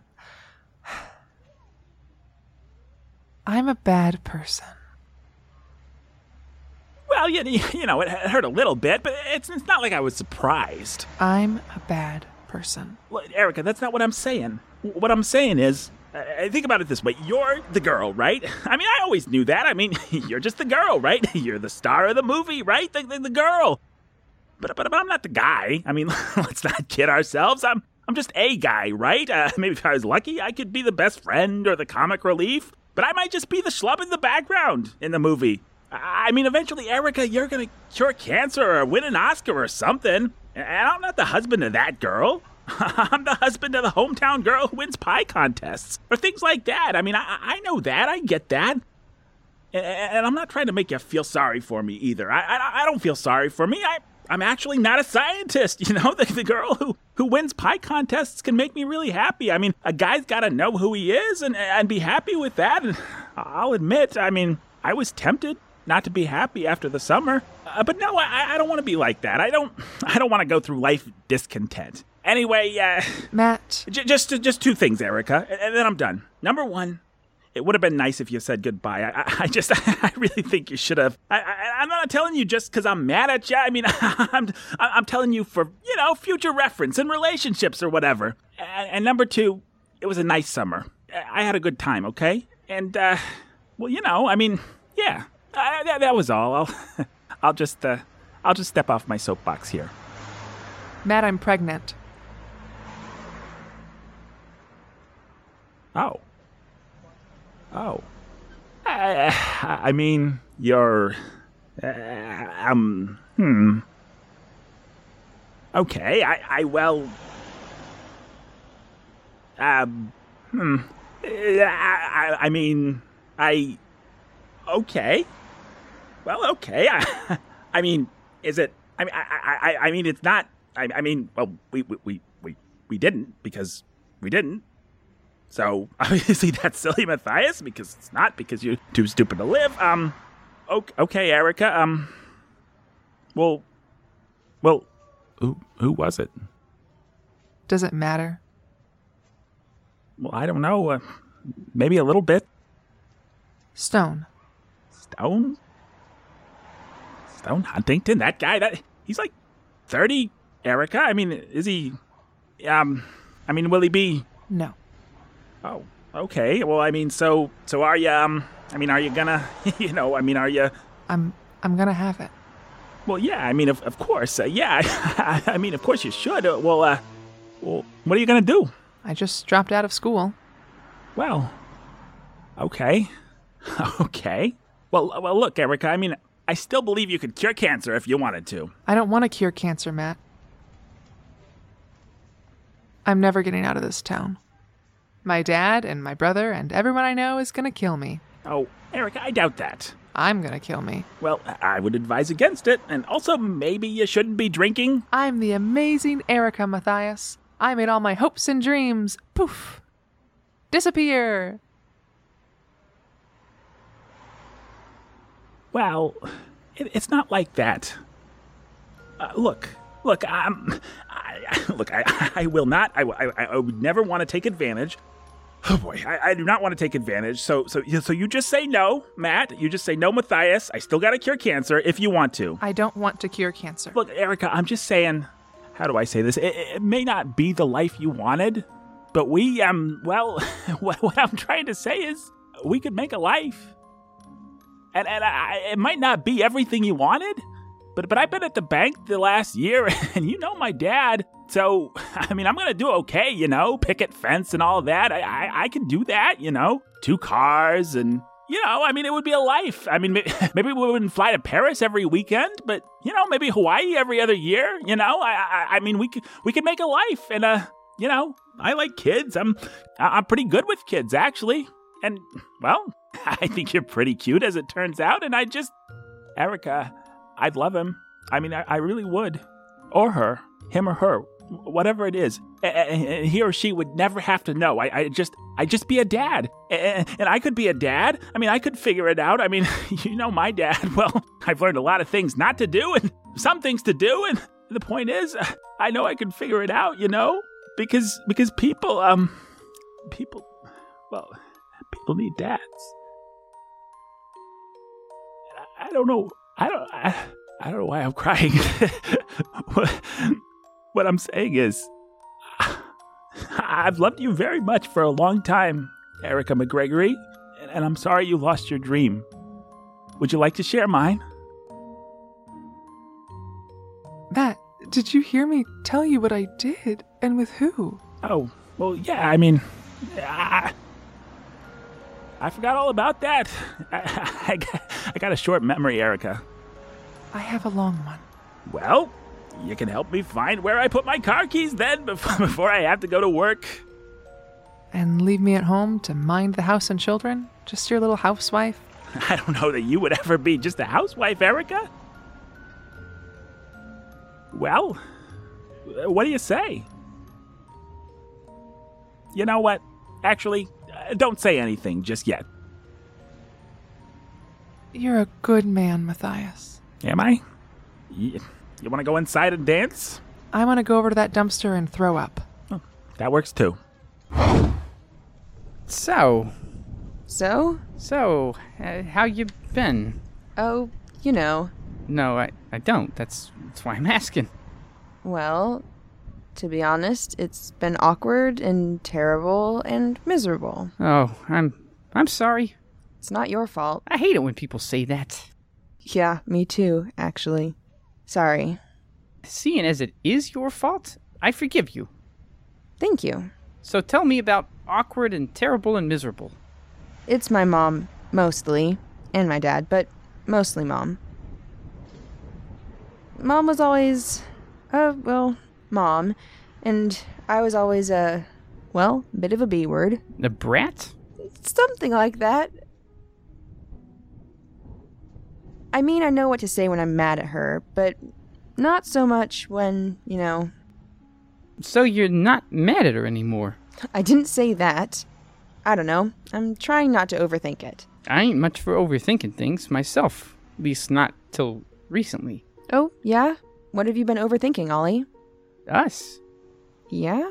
Speaker 10: I'm a bad person.
Speaker 1: Well, you, you know, it hurt a little bit, but it's, it's not like I was surprised.
Speaker 10: I'm a bad person.
Speaker 1: Well, Erica, that's not what I'm saying. What I'm saying is, I I think about it this way you're the girl, right? I mean, I always knew that. I mean, you're just the girl, right? You're the star of the movie, right? The, the, the girl. But, but, but I'm not the guy. I mean, let's not kid ourselves. I'm, I'm just a guy, right? Uh, maybe if I was lucky, I could be the best friend or the comic relief, but I might just be the schlub in the background in the movie. I I mean, eventually, Erica, you're going to cure cancer or win an Oscar or something. And I'm not the husband of that girl. I'm the husband of the hometown girl who wins pie contests or things like that. I mean, I, I know that. I get that. And, and I'm not trying to make you feel sorry for me either. I, I, I don't feel sorry for me. I, I'm actually not a scientist. You know, the, the girl who, who wins pie contests can make me really happy. I mean, a guy's got to know who he is and, and be happy with that. And I'll admit, I mean, I was tempted not to be happy after the summer. Uh, but no, I, I don't want to be like that. I don't. I don't want to go through life discontent. Anyway, uh,
Speaker 10: Matt,
Speaker 1: j- just just two things, Erica, and- and then I'm done. Number one, it would have been nice if you said goodbye. I, I, I just, I really think you should have. I, I, I'm not telling you just because I'm mad at you. I mean, I'm, I'm telling you for you know future reference in relationships or whatever. And, and number two, it was a nice summer. I I had a good time. Okay, and uh, well, you know, I mean, yeah, I, that, that was all. I'll, I'll just, uh, I'll just step off my soapbox here.
Speaker 10: Matt, I'm pregnant.
Speaker 1: Oh. Oh. I, I mean, you're. Uh, um. Hmm. Okay. I. I well. Um. Hmm. Uh, I, I. I mean. I. Okay. Well. Okay. I. I mean. Is it? I mean. I. I. I I mean. It's not. I. I mean. Well. We. We. We. We, we didn't because we didn't. So obviously that's silly, Matthias, because it's not because you're too stupid to live. Um, okay, okay Erica. Um, well, well, who who was it?
Speaker 10: Does it matter?
Speaker 1: Well, I don't know. Uh, maybe a little bit.
Speaker 10: Stone.
Speaker 1: Stone. Stone Huntington. That guy. That he's like thirty. Erica. I mean, is he? Um, I mean, will he be?
Speaker 10: No.
Speaker 1: Oh, okay. Well, I mean, so so are you? Um, I mean, are you gonna? You know, I mean, are you?
Speaker 10: I'm I'm gonna have it.
Speaker 1: Well, yeah. I mean, of of course. Uh, yeah. I mean, of course you should. Uh, well, uh, well, what are you gonna do?
Speaker 10: I just dropped out of school.
Speaker 1: Well, okay, okay. Well, uh, well, look, Erica. I mean, I still believe you could cure cancer if you wanted to.
Speaker 10: I don't want to cure cancer, Matt. I'm never getting out of this town. My dad and my brother and everyone I know is gonna kill me.
Speaker 1: Oh, Erica, I doubt that.
Speaker 10: I'm gonna kill me.
Speaker 1: Well, I would advise against it, and also maybe you shouldn't be drinking.
Speaker 10: I'm the amazing Erica Matthias. I made all my hopes and dreams poof disappear.
Speaker 1: Well, it, it's not like that. Uh, look, look, um, I, I- look, I, I will not. I, I, I would never want to take advantage. Oh boy, I, I do not want to take advantage. So, so, so you just say no, Matt. You just say no, Matthias. I still got to cure cancer if you want to.
Speaker 10: I don't want to cure cancer.
Speaker 1: Look, Erica, I'm just saying. How do I say this? It, it may not be the life you wanted, but we, um, well, what, what I'm trying to say is we could make a life, and and I, it might not be everything you wanted, but but I've been at the bank the last year, and you know my dad. So I mean, I'm gonna do okay, you know, picket fence and all that. I I, I can do that, you know, two cars and. You know, I mean, it would be a life. I mean, may- maybe we wouldn't fly to Paris every weekend, but you know, maybe Hawaii every other year. You know, I, I, I mean, we could we could make a life, and uh, you know, I like kids. I'm I- I'm pretty good with kids actually, and well, I think you're pretty cute as it turns out. And I just, Erica, I'd love him. I mean, I, I really would. Or her. Him or her. wh- Whatever it is. A- a- a- he or she would never have to know. I, I just, I just be a dad. A- a- And I could be a dad. I mean, I could figure it out. I mean, you know my dad. Well, I've learned a lot of things not to do and some things to do. And the point is, I know I could figure it out, you know? Because, because people, um, people, well, people need dads. I don't know. I don't. I, I don't know why I'm crying. what, what I'm saying is, I've loved you very much for a long time, Erica McGregory, and, and I'm sorry you lost your dream. Would you like to share mine?
Speaker 10: Matt, did you hear me tell you what I did and with who?
Speaker 1: Oh, well, yeah, I mean, I, I forgot all about that. I, I, got, I got a short memory, Erica.
Speaker 10: I have a long one.
Speaker 1: Well, you can help me find where I put my car keys then before, before I have to go to work.
Speaker 10: And leave me at home to mind the house and children? Just your little housewife?
Speaker 1: I don't know that you would ever be just a housewife, Erica. Well, uh, what do you say? You know what? Actually, uh, don't say anything just yet.
Speaker 10: You're a good man, Matthias.
Speaker 1: Am I? You, you want to go inside and dance?
Speaker 10: I want to go over to that dumpster and throw up.
Speaker 1: Oh, that works too.
Speaker 17: So.
Speaker 7: So?
Speaker 17: So, uh, how you been?
Speaker 7: Oh, you know.
Speaker 17: No, I, I don't. That's that's why I'm asking.
Speaker 7: Well, to be honest, it's been awkward and terrible and miserable.
Speaker 17: Oh, I'm I'm sorry.
Speaker 7: It's not your fault.
Speaker 17: I hate it when people say that.
Speaker 7: Yeah, me too, actually. Sorry.
Speaker 17: Seeing as it is your fault, I forgive you.
Speaker 7: Thank you.
Speaker 17: So tell me about awkward and terrible and miserable.
Speaker 7: It's my mom, mostly, and my dad, but mostly mom mom was always, uh, well, mom, and I was always a, well, bit of a B word.
Speaker 17: A brat?
Speaker 7: Something like that. I mean, I know what to say when I'm mad at her, but not so much when, you know.
Speaker 17: So you're not mad at her anymore?
Speaker 7: I didn't say that. I don't know. I'm trying not to overthink it.
Speaker 17: I ain't much for overthinking things myself, at least not till recently.
Speaker 7: Oh, yeah? What have you been overthinking, Ollie?
Speaker 17: Us.
Speaker 7: Yeah?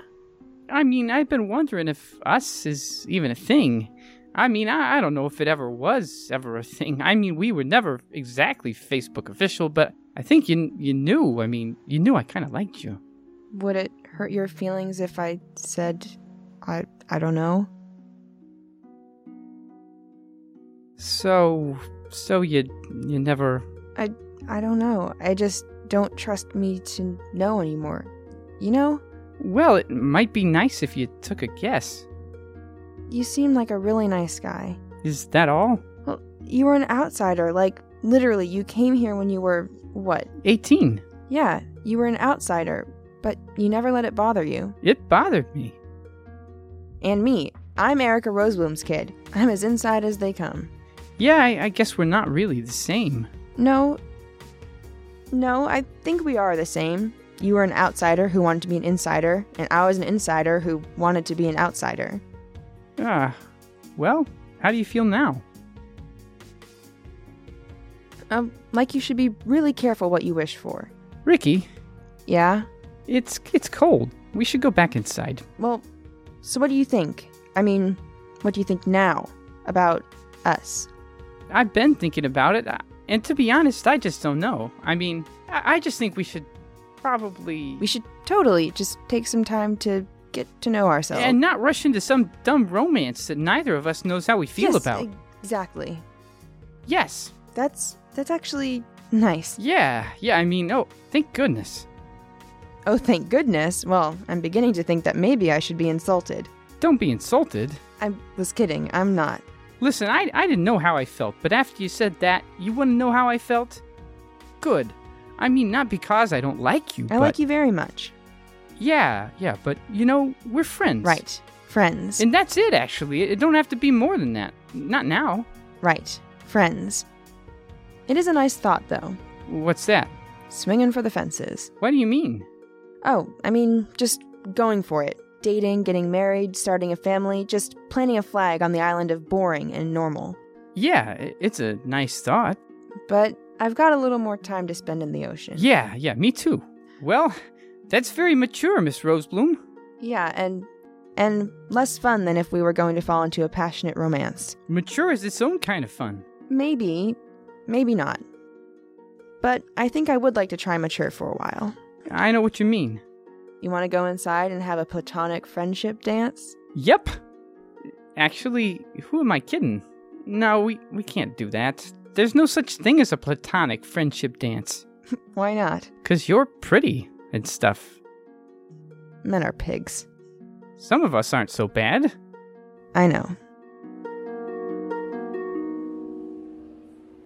Speaker 17: I mean, I've been wondering if us is even a thing. I mean, I, I, don't know if it ever was ever a thing. I mean, we were never exactly Facebook official, but I think you you knew. I mean, you knew I kind of liked you.
Speaker 7: Would it hurt your feelings if I said I I don't know?
Speaker 17: So, so you you never
Speaker 7: I I don't know. I just don't trust me to know anymore. You know?
Speaker 17: Well, it might be nice if you took a guess.
Speaker 7: You seem like a really nice guy.
Speaker 17: Is that all?
Speaker 7: Well, you were an outsider. Like, literally, you came here when you were, what?
Speaker 17: 18.
Speaker 7: Yeah, you were an outsider, but you never let it bother you.
Speaker 17: It bothered me.
Speaker 7: And me. I'm Erica Rosebloom's kid. I'm as inside as they come.
Speaker 17: Yeah, I, I guess we're not really the same.
Speaker 7: No, no, I think we are the same. You were an outsider who wanted to be an insider, and I was an insider who wanted to be an outsider.
Speaker 17: Ah, well, how do you feel now?
Speaker 7: Um, like you should be really careful what you wish for.
Speaker 17: Ricky.
Speaker 7: Yeah.
Speaker 17: It's it's cold. We should go back inside.
Speaker 7: Well, so what do you think? I mean, what do you think now about us?
Speaker 17: I've been thinking about it. I- and to be honest, I just don't know. I mean, I-, I, just think we should probably.
Speaker 7: We should totally just take some time to get to know ourselves.
Speaker 17: And not rush into some dumb romance that neither of us knows how we feel
Speaker 7: yes, eh,
Speaker 17: about.
Speaker 7: Exactly.
Speaker 17: Yes.
Speaker 7: That's that's actually nice.
Speaker 17: Yeah, yeah, I mean, oh, thank goodness.
Speaker 7: Oh, thank goodness. Well, I'm beginning to think that maybe I should be insulted.
Speaker 17: Don't be insulted.
Speaker 7: I was kidding. I'm not.
Speaker 17: Listen, I, I didn't know how I felt, but after you said that, you wouldn't know how I felt? Good. I mean, not because I don't like you,
Speaker 7: I like you very much.
Speaker 17: Yeah, yeah, but you know, we're friends.
Speaker 7: Right. Friends.
Speaker 17: And that's it, actually. It, it don't have to be more than that. Not now.
Speaker 7: Right. Friends. It is a nice thought, though.
Speaker 17: What's that?
Speaker 7: Swinging for the fences.
Speaker 17: What do you mean?
Speaker 7: Oh, I mean, just going for it dating, getting married, starting a family, just planting a flag on the island of boring and normal.
Speaker 17: Yeah, it's a nice thought.
Speaker 7: But I've got a little more time to spend in the ocean.
Speaker 17: Yeah, yeah, me too. Well, that's very mature, Miss Rosebloom.
Speaker 7: Yeah, and and less fun than if we were going to fall into a passionate romance.
Speaker 17: Mature is its own kind of fun.
Speaker 7: Maybe, maybe not. But I think I would like to try mature for a while.
Speaker 5: I know what you mean.
Speaker 7: You want to go inside and have a platonic friendship dance?
Speaker 5: Yep. Actually, who am I kidding? No, we, we can't do that. There's no such thing as a platonic friendship dance.
Speaker 7: Why not?
Speaker 5: Because you're pretty and stuff.
Speaker 7: Men are pigs.
Speaker 5: Some of us aren't so bad.
Speaker 7: I know.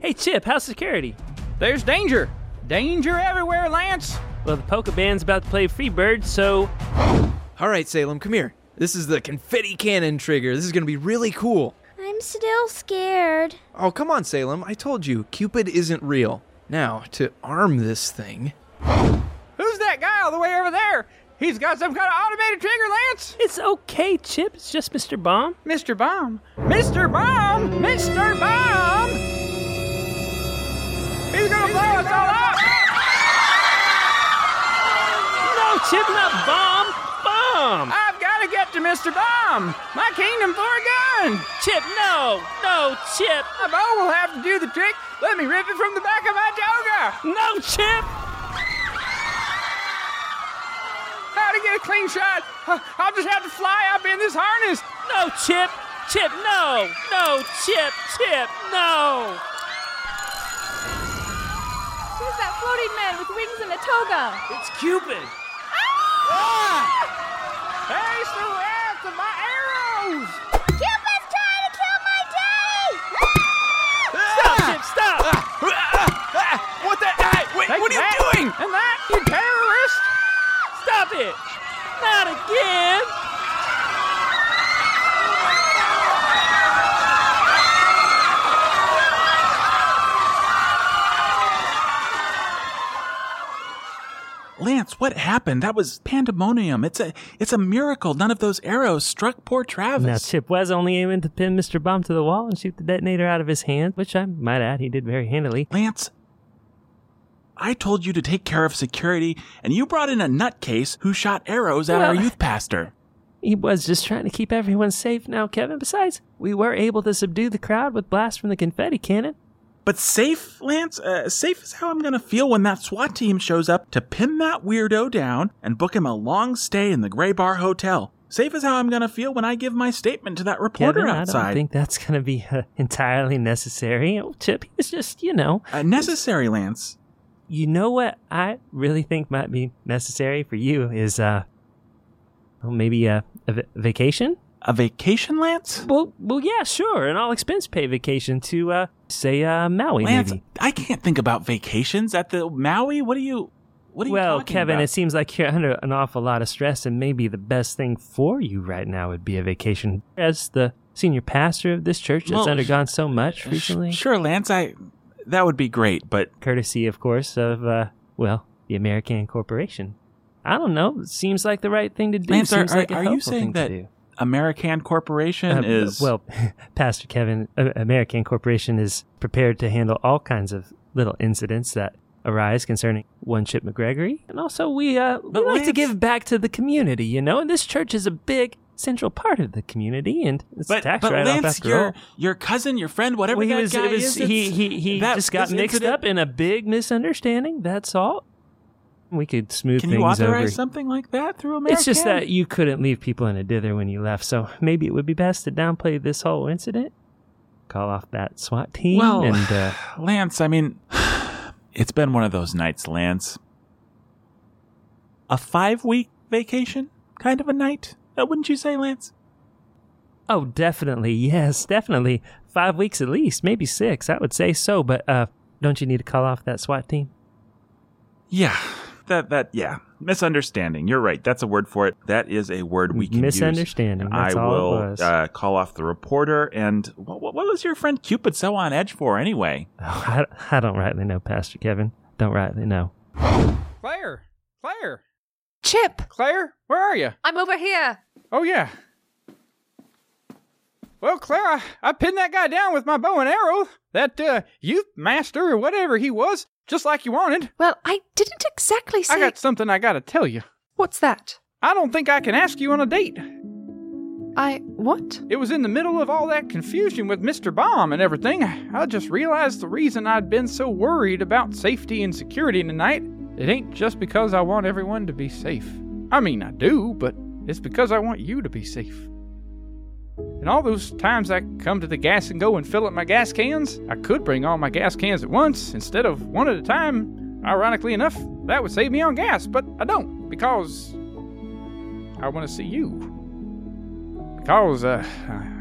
Speaker 3: Hey, Chip, how's security?
Speaker 5: There's danger. Danger everywhere, Lance.
Speaker 3: Well, the polka band's about to play Freebird, so.
Speaker 12: All right, Salem, come here. This is the confetti cannon trigger. This is going to be really cool.
Speaker 4: I'm still scared.
Speaker 12: Oh, come on, Salem. I told you, Cupid isn't real. Now, to arm this thing.
Speaker 5: Who's that guy all the way over there? He's got some kind of automated trigger, Lance.
Speaker 3: It's okay, Chip. It's just Mr. Bomb.
Speaker 5: Mr. Bomb. Mr. Bomb. Mr. Bomb. He's gonna blow us all up.
Speaker 3: No, Chip, not Bomb. Bomb.
Speaker 5: I've got to get to Mr. Bomb. My kingdom for a gun.
Speaker 3: Chip, no, no, Chip.
Speaker 5: My bow will have to do the trick. Let me rip it from the back of my toga.
Speaker 3: No, Chip.
Speaker 5: How to get a clean shot? I'll just have to fly up in this harness.
Speaker 3: No, Chip. Chip, no, no, Chip, Chip, no.
Speaker 20: Who's that floating man with wings and a toga?
Speaker 3: It's Cupid.
Speaker 5: Ah! Hey, still after my arrows!
Speaker 20: Cupid's trying to kill my daddy!
Speaker 3: Stop, Chip, stop!
Speaker 5: Ah! What the? Hey, wait, what are you
Speaker 3: that.
Speaker 5: doing? And that, you terrorist!
Speaker 3: Stop it! Not again!
Speaker 1: Lance, what happened? That was pandemonium. It's a it's a miracle. None of those arrows struck poor Travis.
Speaker 3: Now, Chip was only aiming to pin Mr. Bomb to the wall and shoot the detonator out of his hand, which I might add he did very handily.
Speaker 1: Lance, I told you to take care of security, and you brought in a nutcase who shot arrows at
Speaker 3: Well-
Speaker 1: our youth pastor.
Speaker 3: He was just trying to keep everyone safe now, Kevin. Besides, we were able to subdue the crowd with blasts from the confetti cannon.
Speaker 1: But safe, Lance, uh, safe is how I'm going to feel when that SWAT team shows up to pin that weirdo down and book him a long stay in the Gray Bar Hotel. Safe is how I'm going to feel when I give my statement to that reporter
Speaker 3: Kevin, I
Speaker 1: outside.
Speaker 3: don't think that's going to be uh, entirely necessary. Oh, Chip, he was just, you know.
Speaker 1: Uh, necessary, Lance.
Speaker 3: You know what I really think might be necessary for you is, uh, well, maybe a, a va- vacation?
Speaker 1: A vacation, Lance?
Speaker 3: Well, well, yeah, sure, an all-expense pay vacation to, uh, say, uh, Maui,
Speaker 1: Lance,
Speaker 3: maybe.
Speaker 1: I can't think about vacations at the Maui. What are you? What are you
Speaker 3: well,
Speaker 1: talking
Speaker 3: Kevin,
Speaker 1: about?
Speaker 3: it seems like you're under an awful lot of stress, and maybe the best thing for you right now would be a vacation. As the senior pastor of this church that's
Speaker 1: Well,
Speaker 3: undergone so much
Speaker 1: Sh-
Speaker 3: recently,
Speaker 1: Sure, Lance. I that would be great, but
Speaker 3: courtesy, of course, of uh, well, the American Corporation. I don't know. It seems like the right thing to do.
Speaker 1: Lance, are,
Speaker 3: seems
Speaker 1: are,
Speaker 3: like a
Speaker 1: are you
Speaker 3: helpful
Speaker 1: saying
Speaker 3: thing to
Speaker 1: that
Speaker 3: do.
Speaker 1: American Corporation
Speaker 3: Uh,
Speaker 1: is
Speaker 3: well, Pastor Kevin, A- American Corporation is prepared to handle all kinds of little incidents that arise concerning one Chip McGregory, and also we uh, we
Speaker 1: But
Speaker 3: like to
Speaker 1: Lance-
Speaker 3: give back to the community, you know. And this church is a big central part of the community, and it's
Speaker 1: But,
Speaker 3: tax
Speaker 1: but
Speaker 3: write off
Speaker 1: Lance,
Speaker 3: after
Speaker 1: your
Speaker 3: all.
Speaker 1: your cousin, your friend, whatever
Speaker 3: Well, he
Speaker 1: that
Speaker 3: was,
Speaker 1: guy
Speaker 3: it was
Speaker 1: is,
Speaker 3: he
Speaker 1: it's-
Speaker 3: he he
Speaker 1: that-
Speaker 3: just got
Speaker 1: this
Speaker 3: mixed
Speaker 1: incident-
Speaker 3: up in a big misunderstanding. That's all. We could smooth
Speaker 1: Can
Speaker 3: things
Speaker 1: you
Speaker 3: over.
Speaker 1: authorize something like that through American?
Speaker 3: It's just that you couldn't leave people in a dither when you left, so maybe it would be best to downplay this whole incident. Call off that SWAT team
Speaker 1: Well,
Speaker 3: and uh,
Speaker 1: Lance, I mean, it's been one of those nights, Lance. A five week vacation, kind of a night, uh, wouldn't you say, Lance?
Speaker 3: oh, definitely, yes, definitely, five weeks at least, maybe six. I would say so, but uh, don't you need to call off that SWAT team?
Speaker 1: Yeah, that that yeah, misunderstanding. You're right. That's a word for it. That is a word we can
Speaker 3: Misunderstanding,
Speaker 1: Use.
Speaker 3: that's
Speaker 1: I
Speaker 3: all it
Speaker 1: will
Speaker 3: was.
Speaker 1: Uh, call off the reporter. And what, what was your friend Cupid so on edge for anyway?
Speaker 3: Oh, I, I don't rightly know, Pastor Kevin. Don't rightly know.
Speaker 5: Claire! Claire!
Speaker 10: Chip,
Speaker 5: Claire, where are you?
Speaker 10: I'm over here.
Speaker 5: Oh, yeah. Well, Claire, I, I pinned that guy down with my bow and arrow. That, uh, youth master or whatever he was, just like you wanted.
Speaker 10: Well, I didn't exactly say.
Speaker 5: I got something I gotta tell you.
Speaker 10: What's that?
Speaker 5: I don't think I can ask you on a date.
Speaker 8: I. What?
Speaker 5: It was in the middle of all that confusion with Mr. Bomb and everything. I just realized the reason I'd been so worried about safety and security tonight. It ain't just because I want everyone to be safe. I mean, I do, but it's because I want you to be safe. And all those times I come to the gas and go and fill up my gas cans, I could bring all my gas cans at once instead of one at a time. Ironically enough, that would save me on gas, but I don't because I want to see you. Because, uh,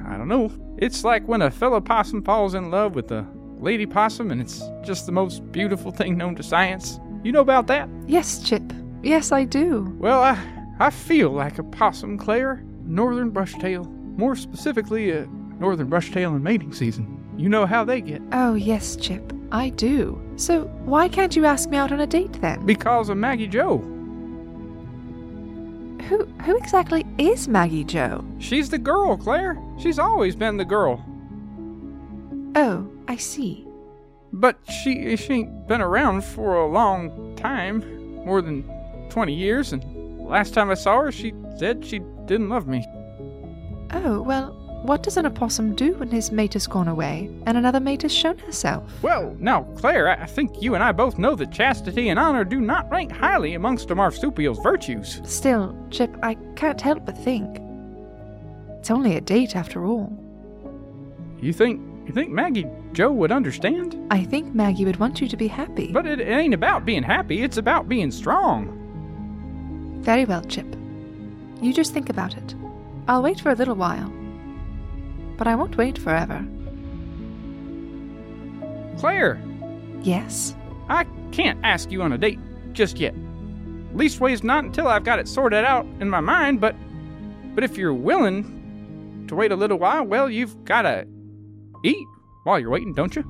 Speaker 5: I don't know. It's like when a fellow possum falls in love with a lady possum, and it's just the most beautiful thing known to science. You know about that?
Speaker 8: Yes, Chip. Yes, I do.
Speaker 5: Well, I, I feel like a possum, Claire. Northern brushtail. More specifically, a northern brushtail in mating season. You know how they get.
Speaker 8: Oh, yes, Chip. I do. So, why can't you ask me out on a date then?
Speaker 5: Because of Maggie Joe.
Speaker 8: Who who exactly is Maggie Joe?
Speaker 5: She's the girl, Claire. She's always been the girl.
Speaker 8: Oh, I see.
Speaker 5: But she she ain't been around for a long time, more than 20 years, and last time I saw her, she said she didn't love me.
Speaker 8: Oh, well, what does an opossum do when his mate has gone away and another mate has shown herself?
Speaker 5: Well, now, Claire, I I think you and I both know that chastity and honor do not rank highly amongst a marsupial's virtues.
Speaker 8: Still, Chip, I can't help but think. It's only a date after all.
Speaker 5: You think you think Maggie Joe would understand?
Speaker 8: I think Maggie would want you to be happy.
Speaker 5: But it, it ain't about being happy, it's about being strong.
Speaker 8: Very well, Chip. You just think about it. I'll wait for a little while. But I won't wait forever.
Speaker 5: Claire,
Speaker 8: Yes?
Speaker 5: I can't ask you on a date just yet. Leastways not until I've got it sorted out in my mind, but but if you're willing to wait a little while, well you've gotta eat while you're waiting, don't you?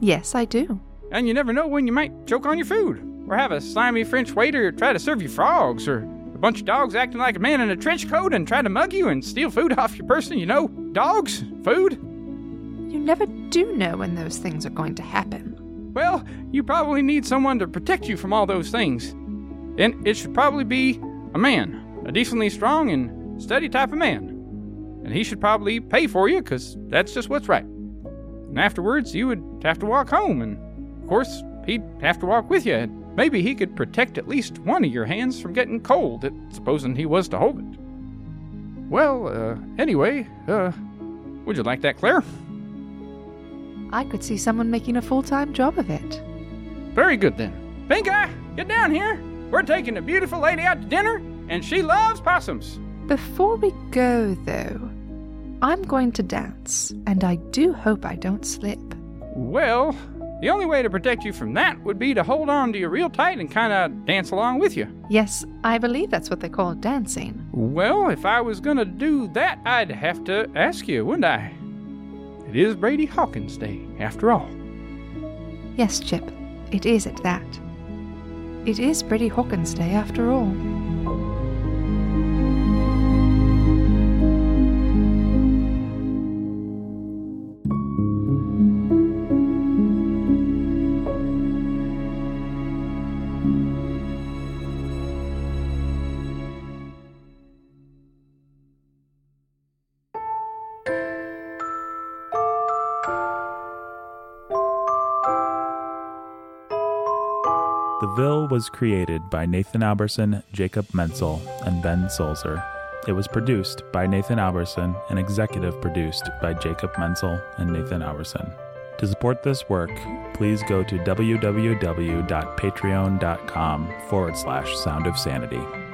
Speaker 8: Yes, I do.
Speaker 5: And you never know when you might choke on your food, or have a slimy French waiter try to serve you frogs, or a bunch of dogs acting like a man in a trench coat and try to mug you and steal food off your person, you know? Dogs? Food?
Speaker 8: You never do know when those things are going to happen.
Speaker 5: Well, you probably need someone to protect you from all those things. And it should probably be a man, a decently strong and steady type of man. And he should probably pay for you, 'cause that's just what's right. And afterwards, you would have to walk home, and of course, he'd have to walk with you. And maybe he could protect at least one of your hands from getting cold, it, supposing he was to hold it. Well, uh, anyway, uh, would you like that, Claire?
Speaker 8: I could see someone making a full time job of it.
Speaker 5: Very good then. Pink Eye, get down here. We're taking a beautiful lady out to dinner, and she loves possums.
Speaker 8: Before we go, though, I'm going to dance, and I do hope I don't slip.
Speaker 5: Well, the only way to protect you from that would be to hold on to you real tight and kind of dance along with you.
Speaker 8: Yes, I believe that's what they call dancing.
Speaker 5: Well, if I was going to do that, I'd have to ask you, wouldn't I? It is Brady Hawkins Day, after all.
Speaker 8: Yes, Chip, it is at that. It is Brady Hawkins Day after all.
Speaker 1: The Ville was created by Nathan Alberson, Jacob Menzel, and Ben Solzer. It was produced by Nathan Alberson and executive produced by Jacob Menzel and Nathan Alberson. To support this work, please go to www.patreon.com forward slash sound of sanity.